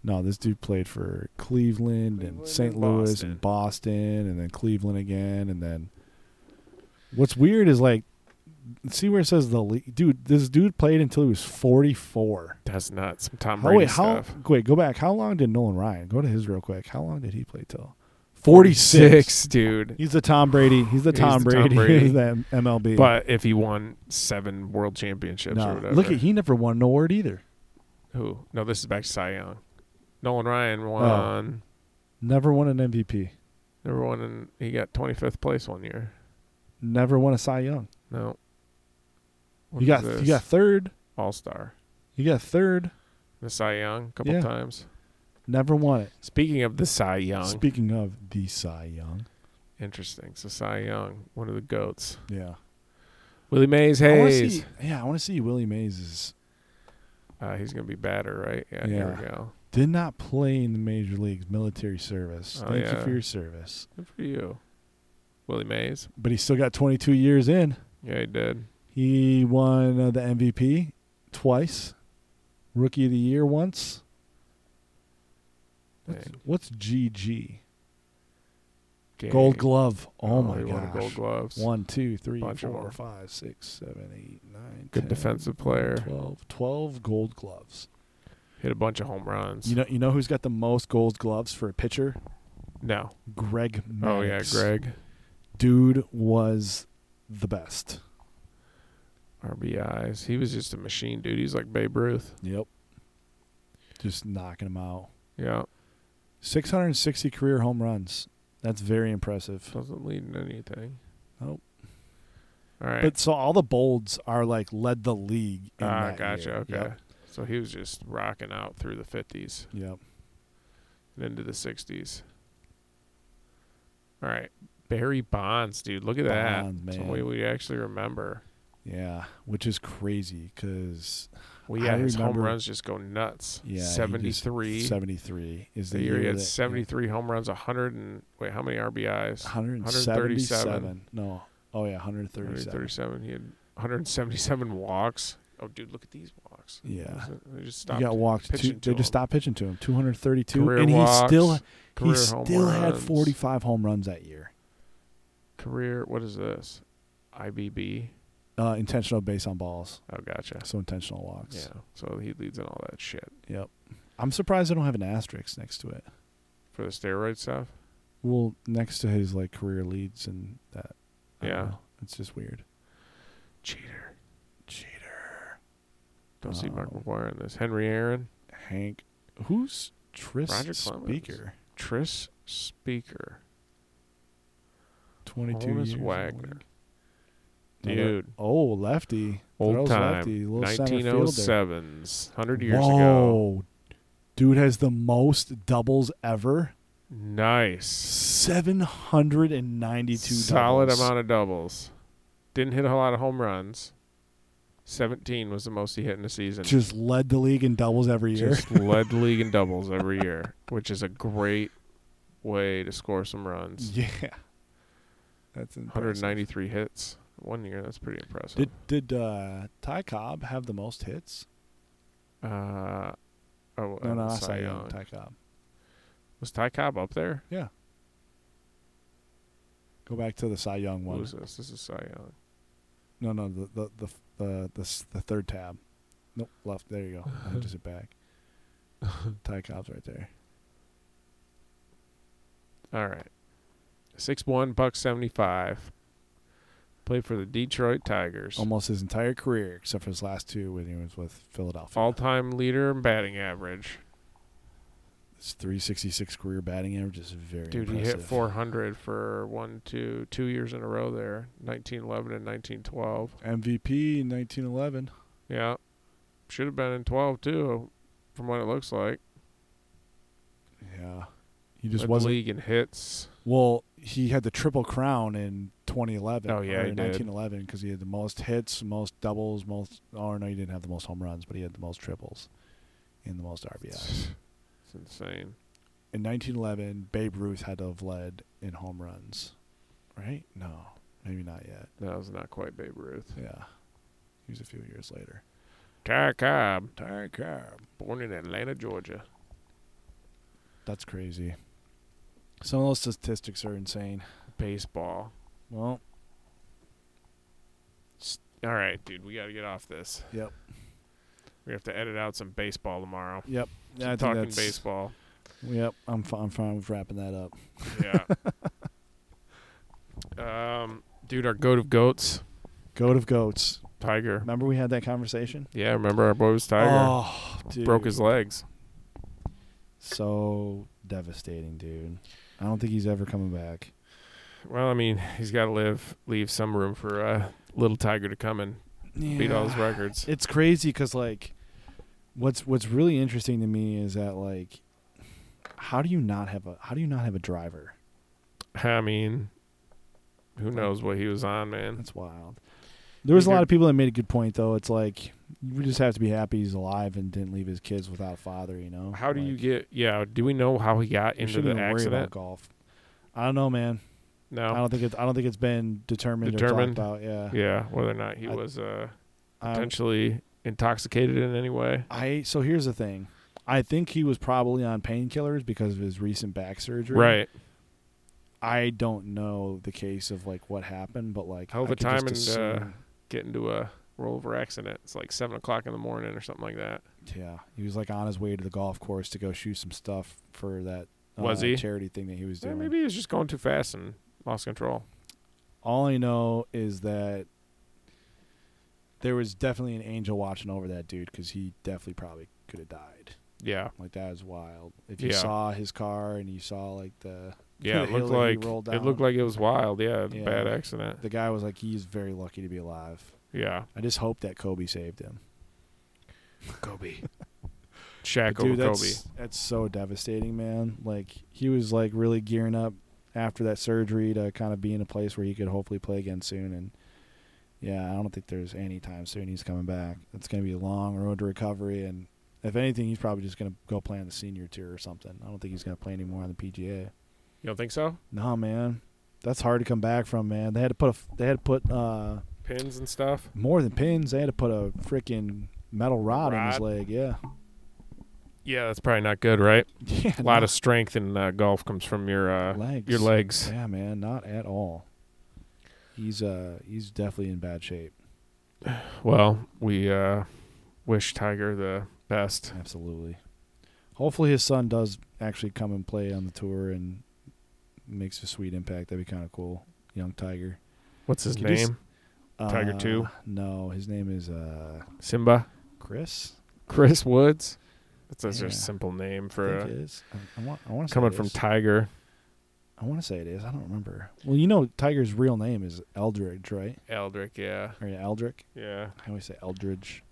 S1: No, this dude played for Cleveland,
S2: Cleveland
S1: and St.
S2: and
S1: Louis and Boston, and then Cleveland again, and then. What's weird is like, see where it says the league, dude. This dude played until he was forty-four.
S2: That's nuts. Some Tom
S1: How-
S2: Brady
S1: wait, how?
S2: stuff.
S1: Wait, go back. How long did Nolan Ryan go to his real quick? How long did he play till?
S2: 46, dude.
S1: He's the Tom Brady. He's the
S2: He's
S1: Tom
S2: the Tom
S1: Brady. of
S2: Brady.
S1: the MLB.
S2: But if he won seven world championships
S1: no,
S2: or whatever.
S1: look at he never won an award either.
S2: who? No, this is back to Cy Young. Nolan
S1: Oh.
S2: Ryan won.
S1: Never won an MVP.
S2: Never won, and he got 25th place one year.
S1: Never won a Cy Young.
S2: No. What
S1: You
S2: is
S1: got
S2: this?
S1: you got third.
S2: All Star.
S1: You got third.
S2: The Cy Young a couple
S1: Yeah.
S2: times.
S1: Never won it.
S2: Speaking of the Cy Young,
S1: Speaking of the Cy Young,
S2: interesting. So Cy Young, one of the goats.
S1: yeah,
S2: Willie Mays
S1: I wanna
S2: Hayes.
S1: see. Yeah, I want to see Willie Mays.
S2: Uh, he's gonna be batter, right? Yeah, here we
S1: Yeah.
S2: go.
S1: Did not play in the major leagues, military service.
S2: Oh,
S1: Thank you
S2: yeah.
S1: for your service.
S2: Good for you, Willie Mays.
S1: But he still got 22 years in.
S2: Yeah, he did.
S1: He won uh, the MVP twice, Rookie of the Year once. What's,
S2: Dang.
S1: what's GG?
S2: Game.
S1: Gold Glove. Oh, my
S2: he won the Gold
S1: gosh.
S2: Gloves.
S1: One, two, three,
S2: Bunch of
S1: four,
S2: them.
S1: five, six, seven, eight, nine,
S2: Good
S1: 10,
S2: defensive player.
S1: 12, 12 Gold Gloves.
S2: Hit a bunch of home runs.
S1: You know, you know who's got the most Gold Gloves for a pitcher?
S2: no.
S1: Greg.
S2: Oh yeah,
S1: Maddux.
S2: Greg.
S1: Dude was the best.
S2: RBIs. He was just a machine, dude. He's like Babe Ruth.
S1: Yep. Just knocking him out.
S2: Yeah.
S1: 660 career home runs. That's very impressive.
S2: Doesn't lead to anything.
S1: Nope.
S2: All right.
S1: But so all the bolds are like led the league. In
S2: ah,
S1: that
S2: gotcha.
S1: year.
S2: Okay.
S1: Yep.
S2: So he was just rocking out through the fifties
S1: yep.
S2: and into the sixties. All right. Barry Bonds, dude. Look at
S1: Bonds,
S2: that.
S1: man.
S2: Somebody we actually remember.
S1: Yeah, which is crazy because
S2: Well,
S1: I
S2: yeah, his home
S1: remember-
S2: runs just go nuts.
S1: yeah, he just-
S2: 73.
S1: 73 is the,
S2: the year he had
S1: that-
S2: 73 home runs, 100 and wait, how many RBIs?
S1: 177. No. Oh yeah, 137.
S2: 137. He had 177 walks. Oh, dude, look at these walks.
S1: Yeah.
S2: They just
S1: He
S2: stopped.
S1: got walked. Two,
S2: pitching to
S1: they just
S2: him.
S1: stopped pitching to him. 232,
S2: Career
S1: and he
S2: walks,
S1: still he
S2: career home
S1: still had
S2: runs.
S1: 45 home runs that year.
S2: Career, what is this? IBB.
S1: Uh, intentional base on balls,
S2: Oh, gotcha.
S1: so intentional walks.
S2: Yeah. So he leads in all that shit
S1: Yep. I'm surprised I don't have an asterisk next to it.
S2: for the steroid stuff.
S1: Well, next to his like career leads and that. I don't
S2: Yeah.
S1: know. It's just weird.
S2: Cheater.
S1: Cheater.
S2: Don't see Mark
S1: Oh.
S2: McGuire in this. Henry Aaron,
S1: Hank. Who's Tris
S2: Roger Clemens.
S1: Speaker?
S2: Tris Speaker,
S1: Twenty-two
S2: Honus
S1: years. in the
S2: Wagner.
S1: league. Another-
S2: dude.
S1: Oh, lefty.
S2: Old
S1: Throws
S2: time,
S1: Lefty. Little center
S2: 1907s, hundred
S1: fielder.
S2: years ago.
S1: Whoa. Dude has the most doubles ever.
S2: Nice,
S1: Seven hundred and ninety-two.
S2: solid
S1: doubles.
S2: amount of doubles. Didn't hit a lot of home runs. Seventeen was the most he hit in a season.
S1: Just led the league in doubles every year.
S2: Just led the league in doubles every year, which is a great way to score some runs.
S1: Yeah. That's impressive.
S2: 193 hits one year. That's pretty impressive.
S1: Did did uh, Ty Cobb have the most hits?
S2: uh, oh,
S1: No,
S2: uh,
S1: no, I
S2: Cy
S1: saw you,
S2: Young.
S1: Ty Cobb.
S2: was Ty Cobb up there?
S1: Yeah. Go back to the Cy Young
S2: What
S1: one.
S2: is this? This is Cy Young.
S1: No, no, the the the the the, s- the third tab. Nope, left. There you go. I just hit back. Ty Cobb's right there.
S2: All right, six one buck seventy five. Played for the Detroit Tigers.
S1: Almost his entire career, except for his last two when he was with Philadelphia.
S2: All time leader in batting average.
S1: his 366 career batting average is very
S2: Dude, he
S1: impressive.
S2: hit 400 for one, two, two years in a row there, 1911 and 1912.
S1: MVP in 1911.
S2: Yeah. should have been in 12 too, from what it looks like.
S1: Yeah. He just
S2: Led the
S1: wasn't.
S2: league in hits.
S1: Well, he had the triple crown in 2011.
S2: Oh, yeah,
S1: or
S2: he
S1: in
S2: did.
S1: 1911 because he had the most hits, most doubles, most. Oh no, he didn't have the most home runs, but he had the most triples, and the most RBIs.
S2: It's insane.
S1: In 1911, Babe Ruth had to have led in home runs, right? No, maybe not yet.
S2: That was not quite Babe Ruth.
S1: Yeah, he was a few years later.
S2: Ty Cobb,
S1: Ty Cobb.
S2: born in Atlanta, Georgia.
S1: That's crazy. Some of those statistics are insane.
S2: Baseball.
S1: Well,
S2: All right, dude, we got to get off this.
S1: Yep.
S2: We have to edit out some baseball tomorrow.
S1: yep.
S2: Some
S1: I think
S2: talking
S1: that's,
S2: baseball.
S1: Yep, I'm fi- I'm fine with wrapping that up.
S2: Yeah. um, dude, our goat of goats,
S1: Goat of goats.
S2: Tiger.
S1: Remember we had that conversation?
S2: Yeah, remember our boy was Tiger.
S1: Oh, dude.
S2: Broke his legs.
S1: So devastating, dude. I don't think he's ever coming back.
S2: Well, I mean, he's got to live, leave some room for uh, little Tiger to come and beat all his records.
S1: It's crazy because like, what's what's really interesting to me is that like, how do you not have a how do you not have a driver?
S2: I mean, who knows what he was on, man?
S1: That's wild. There was a
S2: You're-
S1: lot of people that made a good point though. It's like we just have to be happy he's alive and didn't leave his kids without a father. You know?
S2: How do you
S1: Like,
S2: get? Yeah, do we know how he got
S1: we
S2: into
S1: shouldn't
S2: the
S1: even worry about
S2: accident?
S1: golf? I don't know, man. I
S2: No.
S1: don't think it's I don't think it's been determined,
S2: Determined?
S1: or talked about. Yeah.
S2: Yeah, whether or not he
S1: I-
S2: was uh,
S1: Um,
S2: potentially intoxicated in any way.
S1: I so here's the thing. I think he was probably on painkillers because of his recent back surgery.
S2: Right.
S1: I don't know the case of like what happened, but like
S2: Hell of
S1: I
S2: a
S1: could just
S2: time and,
S1: assume-
S2: uh, Get into a rollover accident. It's like seven o'clock in the morning or something like that.
S1: yeah, he was like on his way to the golf course to go shoot some stuff for that
S2: Was
S1: uh,
S2: he?
S1: charity thing that he was
S2: Yeah,
S1: doing.
S2: maybe he was just going too fast and lost control.
S1: All I know is that there was definitely an angel watching over that dude because he definitely probably could have died.
S2: Yeah.
S1: Like that is wild. If you
S2: Yeah.
S1: saw his car and you saw like the
S2: Yeah,
S1: The
S2: it
S1: hill
S2: looked
S1: that he
S2: like
S1: rolled
S2: it
S1: down.
S2: looked like it was wild. Yeah, it's a
S1: Yeah.
S2: bad accident.
S1: the guy was like he's very lucky to be alive.
S2: Yeah,
S1: I just hope that Kobe saved him.
S2: Kobe, Shaq
S1: But dude,
S2: over Kobe.
S1: that's that's so devastating, man. Like he was like really gearing up after that surgery to kind of be in a place where he could hopefully play again soon. And yeah, I don't think there's any time soon he's coming back. It's gonna be a long road to recovery. And if anything, he's probably just gonna go play on the senior tier or something. I don't think he's gonna play anymore on the PGA.
S2: You don't think so?
S1: No, man, that's hard to come back from, man. They had to put a f they had to put uh
S2: Pins and stuff.
S1: more than pins. They had to put a freaking metal rod, in his
S2: Rod?
S1: leg. Yeah.
S2: Yeah, that's probably not good, right?
S1: Yeah,
S2: A lot of strength in uh, golf comes from your uh,
S1: legs.
S2: your legs.
S1: Yeah, man, not at all. He's uh he's definitely in bad shape.
S2: Well, we uh, wish Tiger the best.
S1: Absolutely. Hopefully his son does actually come and play on the tour and makes a sweet impact. That'd be kind of cool. Young Tiger.
S2: What's his
S1: Could you s-
S2: name? Tiger
S1: Uh,
S2: two?
S1: No, his name is uh
S2: Simba.
S1: Chris.
S2: Chris Woods. That's just
S1: Yeah.
S2: a simple name
S1: I
S2: for
S1: think
S2: uh,
S1: it is. I, I want. I want to
S2: coming from Tiger.
S1: I want to say it is. I don't remember. Well, you know, Tiger's real name is Eldridge, right?
S2: Eldrick. Yeah,
S1: Or yeah, Eldrick.
S2: yeah.
S1: I always say Eldridge.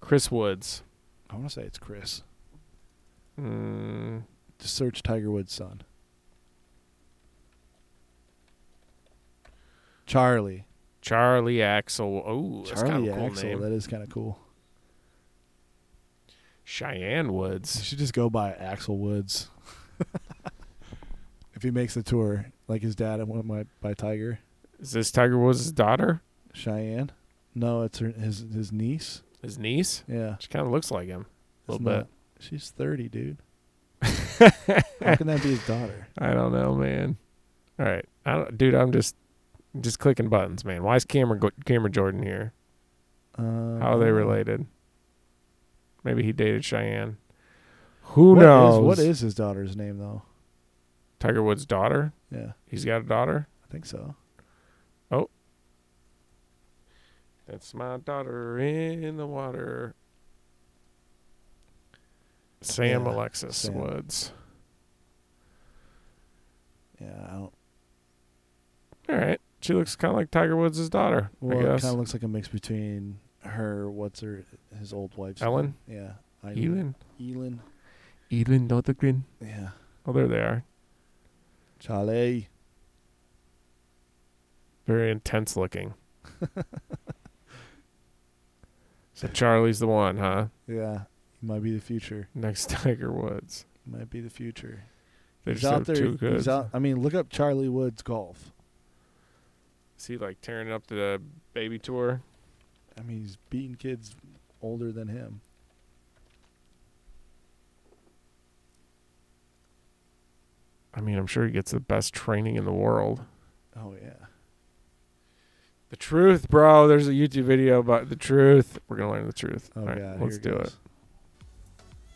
S2: Chris Woods.
S1: I want to say it's Chris.
S2: Mm,
S1: Just search Tiger Woods' son. Charlie.
S2: Charlie Axel. Oh, that's kind
S1: Charlie
S2: of a cool
S1: Axel. uh,
S2: name.
S1: That is kind of cool.
S2: Cheyenne
S1: You
S2: Woods.
S1: should just go by Axel Woods. if he makes the tour, like his dad went by, by Tiger.
S2: Is this Tiger Woods' daughter?
S1: Cheyenne. No, it's her, his his niece.
S2: His niece?
S1: Yeah.
S2: She kind of looks like him. A little
S1: Isn't that-
S2: bit.
S1: She's 30, dude. How can that be his daughter?
S2: I don't know, man. All right, I don't, dude. I'm just, just clicking buttons, man. Why is Cameron Go- Cameron Jordan here?
S1: Uh,
S2: How are they related? Maybe he dated Cheyenne. Who
S1: what is-
S2: knows?
S1: what is his daughter's name, though?
S2: Tiger Woods' daughter?
S1: Yeah,
S2: He's got a daughter.
S1: I think so.
S2: That's my daughter in the water. Sam
S1: Yeah,
S2: Alexis
S1: Sam.
S2: Woods.
S1: Yeah, I don't.
S2: All right. She looks kind of like Tiger Woods' daughter,
S1: Well,
S2: I
S1: it
S2: guess.
S1: kind of looks like a mix between her what's her his old wife's
S2: Ellen,
S1: yeah
S2: Elin,
S1: Elin
S2: Elin Lothgren.
S1: yeah
S2: Oh, there they are.
S1: Charlie
S2: Very intense looking. so Charlie's the one, huh?
S1: yeah he might be the future
S2: Next Tiger Woods.
S1: he might be the future
S2: They
S1: he's
S2: just
S1: out
S2: have
S1: there
S2: two goods.
S1: he's out I mean look up Charlie Woods golf
S2: Is he like tearing up the baby tour?
S1: I mean he's beating kids older than him
S2: I mean, I'm sure he gets the best training in the world.
S1: oh yeah
S2: The truth, bro. There's a YouTube video about the truth. We're gonna learn the truth.
S1: oh
S2: All right,
S1: god
S2: let's
S1: here
S2: do
S1: goes.
S2: it.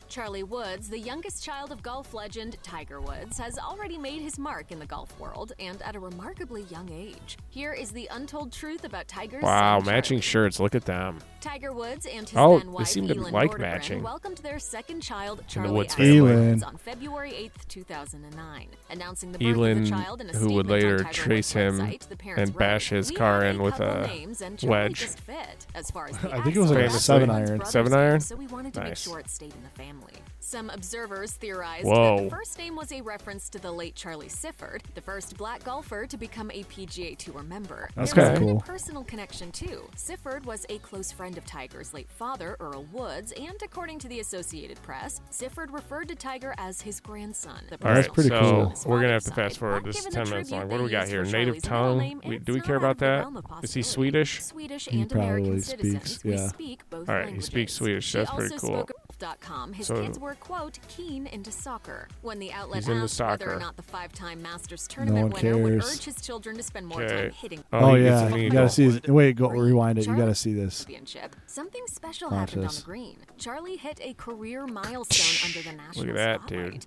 S4: Charlie Woods, the youngest child of golf legend Tiger Woods, has already made his mark in the golf world and at a remarkably young age. Here is the untold truth about Tiger's
S2: Wow,
S4: son,
S2: matching
S4: Charlie.
S2: shirts. Look at them.
S4: Tiger Woods and his
S2: Oh,
S4: then
S2: they
S4: wife
S2: seem to
S4: Elin
S2: like
S4: Nordegren,
S2: matching.
S4: welcomed their second child Charlie
S2: Woods
S4: Axel
S1: family. Elin.
S4: Woods on February 8th, 2009, announcing the birth of
S2: Elin,
S4: the child in a
S2: who
S4: statement
S2: would later
S4: on Tiger
S2: chase
S4: Woods'
S2: him
S4: website, the parents
S2: and bash
S4: wrote,
S2: his
S4: "We
S2: car
S4: have
S2: in with
S4: couple
S2: a
S4: names and Charlie
S2: wedge.
S4: just fit, as far as the
S1: I think it was like
S2: a
S4: Axel
S2: seven
S4: Woods'
S1: iron.
S4: brothers
S2: Seven
S4: go,
S2: iron?
S4: So we wanted to make
S2: Nice.
S4: sure it stayed in the family. Some observers theorized that
S2: Whoa.
S4: the first name was a reference to the late Charlie Sifford, the first black golfer to become a PGA Tour member.
S1: That's
S4: There was
S2: kinda
S4: even
S1: cool.
S4: a personal connection too. Sifford was a close friend of Tiger's late father, Earl Woods, and according to the Associated Press, Sifford referred to Tiger as his grandson. The
S2: All right,
S4: personal
S1: pretty
S2: so
S1: cool.
S4: connection on his
S2: we're gonna have to
S4: father's side,
S2: fast forward.
S4: not
S2: This is
S4: given the
S2: ten minutes
S4: tribute
S2: long. What do
S4: they
S2: we got
S4: used
S2: here?
S4: for
S2: Native
S4: Charlie's middle
S2: tongue.
S4: name,
S2: We,
S4: and
S2: do we
S4: it's
S2: care
S4: not out
S2: about
S4: of the
S2: that?
S4: realm of
S2: Is he
S4: possibility.
S2: Swedish?
S4: Swedish
S1: He
S4: and American
S1: probably
S4: citizens.
S1: speaks,
S4: We
S1: yeah.
S4: speak both
S2: All right, he
S4: languages.
S2: speaks Swedish.
S4: She
S2: That's
S4: also
S2: pretty cool.
S4: spoke Com. His
S2: So-
S4: kids were quote keen into soccer. When the outlet
S2: He's
S4: asked
S2: into
S4: whether
S2: soccer.
S4: or not the five-time Masters tournament
S1: one
S4: winner would
S1: cares.
S4: urge his children to spend more
S2: Okay.
S4: time hitting
S2: Oh,
S1: oh
S2: he gets
S1: yeah
S2: an
S1: you
S2: eagle.
S1: gotta see this wait go
S4: Green.
S1: rewind it you
S4: Charlie
S1: gotta see this
S4: championship. Something special
S1: Watch
S4: happened
S1: this.
S4: on the green. Charlie hit a career milestone under the national
S2: at that, dude.
S4: spotlight.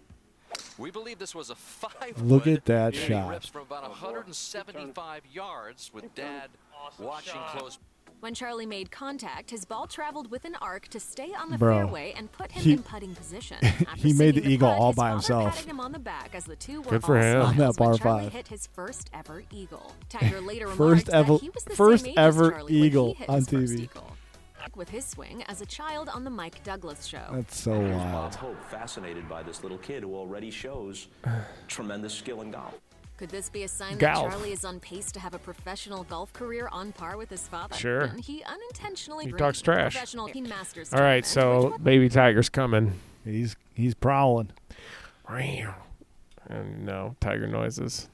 S5: We believe this was a five.
S1: Look
S5: wood.
S1: at that
S5: He
S1: shot.
S5: rips from about 175 yards with Dad watching close.
S4: When Charlie made contact, his ball traveled with an arc to stay on the
S1: Bro,
S4: fairway and put him
S1: he-
S4: in putting position. After
S1: he made the
S4: sinking the
S1: eagle
S4: putt,
S1: all
S4: his
S1: by
S4: father
S1: himself.
S4: patted him on the back as the two were
S2: Good for
S4: all
S2: him.
S1: On
S4: smiles
S1: that
S4: when
S1: par
S4: Charlie
S1: five.
S4: hit his first ever eagle. Tiger later
S1: First
S4: remarked that
S1: ever-
S4: he was the
S1: first
S4: same age as
S1: ever
S4: Charlie when he
S1: eagle
S4: hit
S1: on
S4: his first
S1: TV.
S4: eagle. With his swing as a child on the Mike Douglas show.
S1: that's so
S6: Here's Bob
S1: wild
S6: Hope, fascinated by this little kid who already shows tremendous skill in golf.
S4: Could this be a sign
S2: Golf.
S4: that Charlie is on pace to have a professional golf career on par with his father?
S2: Sure.
S4: And he unintentionally
S2: He
S4: greened
S2: talks
S4: the
S2: trash.
S4: Professional he masters
S2: All right,
S4: tournament, which
S2: so baby tiger's coming.
S1: he's he's prowling
S2: And no tiger noises.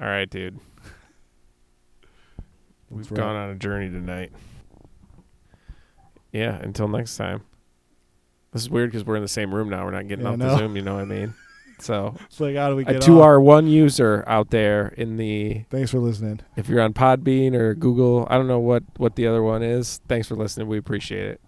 S2: All right, dude. We've
S1: That's right.
S2: gone on a journey tonight. Yeah, until next time. This is weird because we're in the same room now. We're not getting
S1: Yeah, I
S2: off
S1: know.
S2: the Zoom. You know what I mean? So,
S1: it's like how do we
S2: a
S1: get
S2: to
S1: off?
S2: our one user out there in the
S1: thanks for listening
S2: if you're on Podbean or Google, I don't know what what the other one is. Thanks for listening. We appreciate it.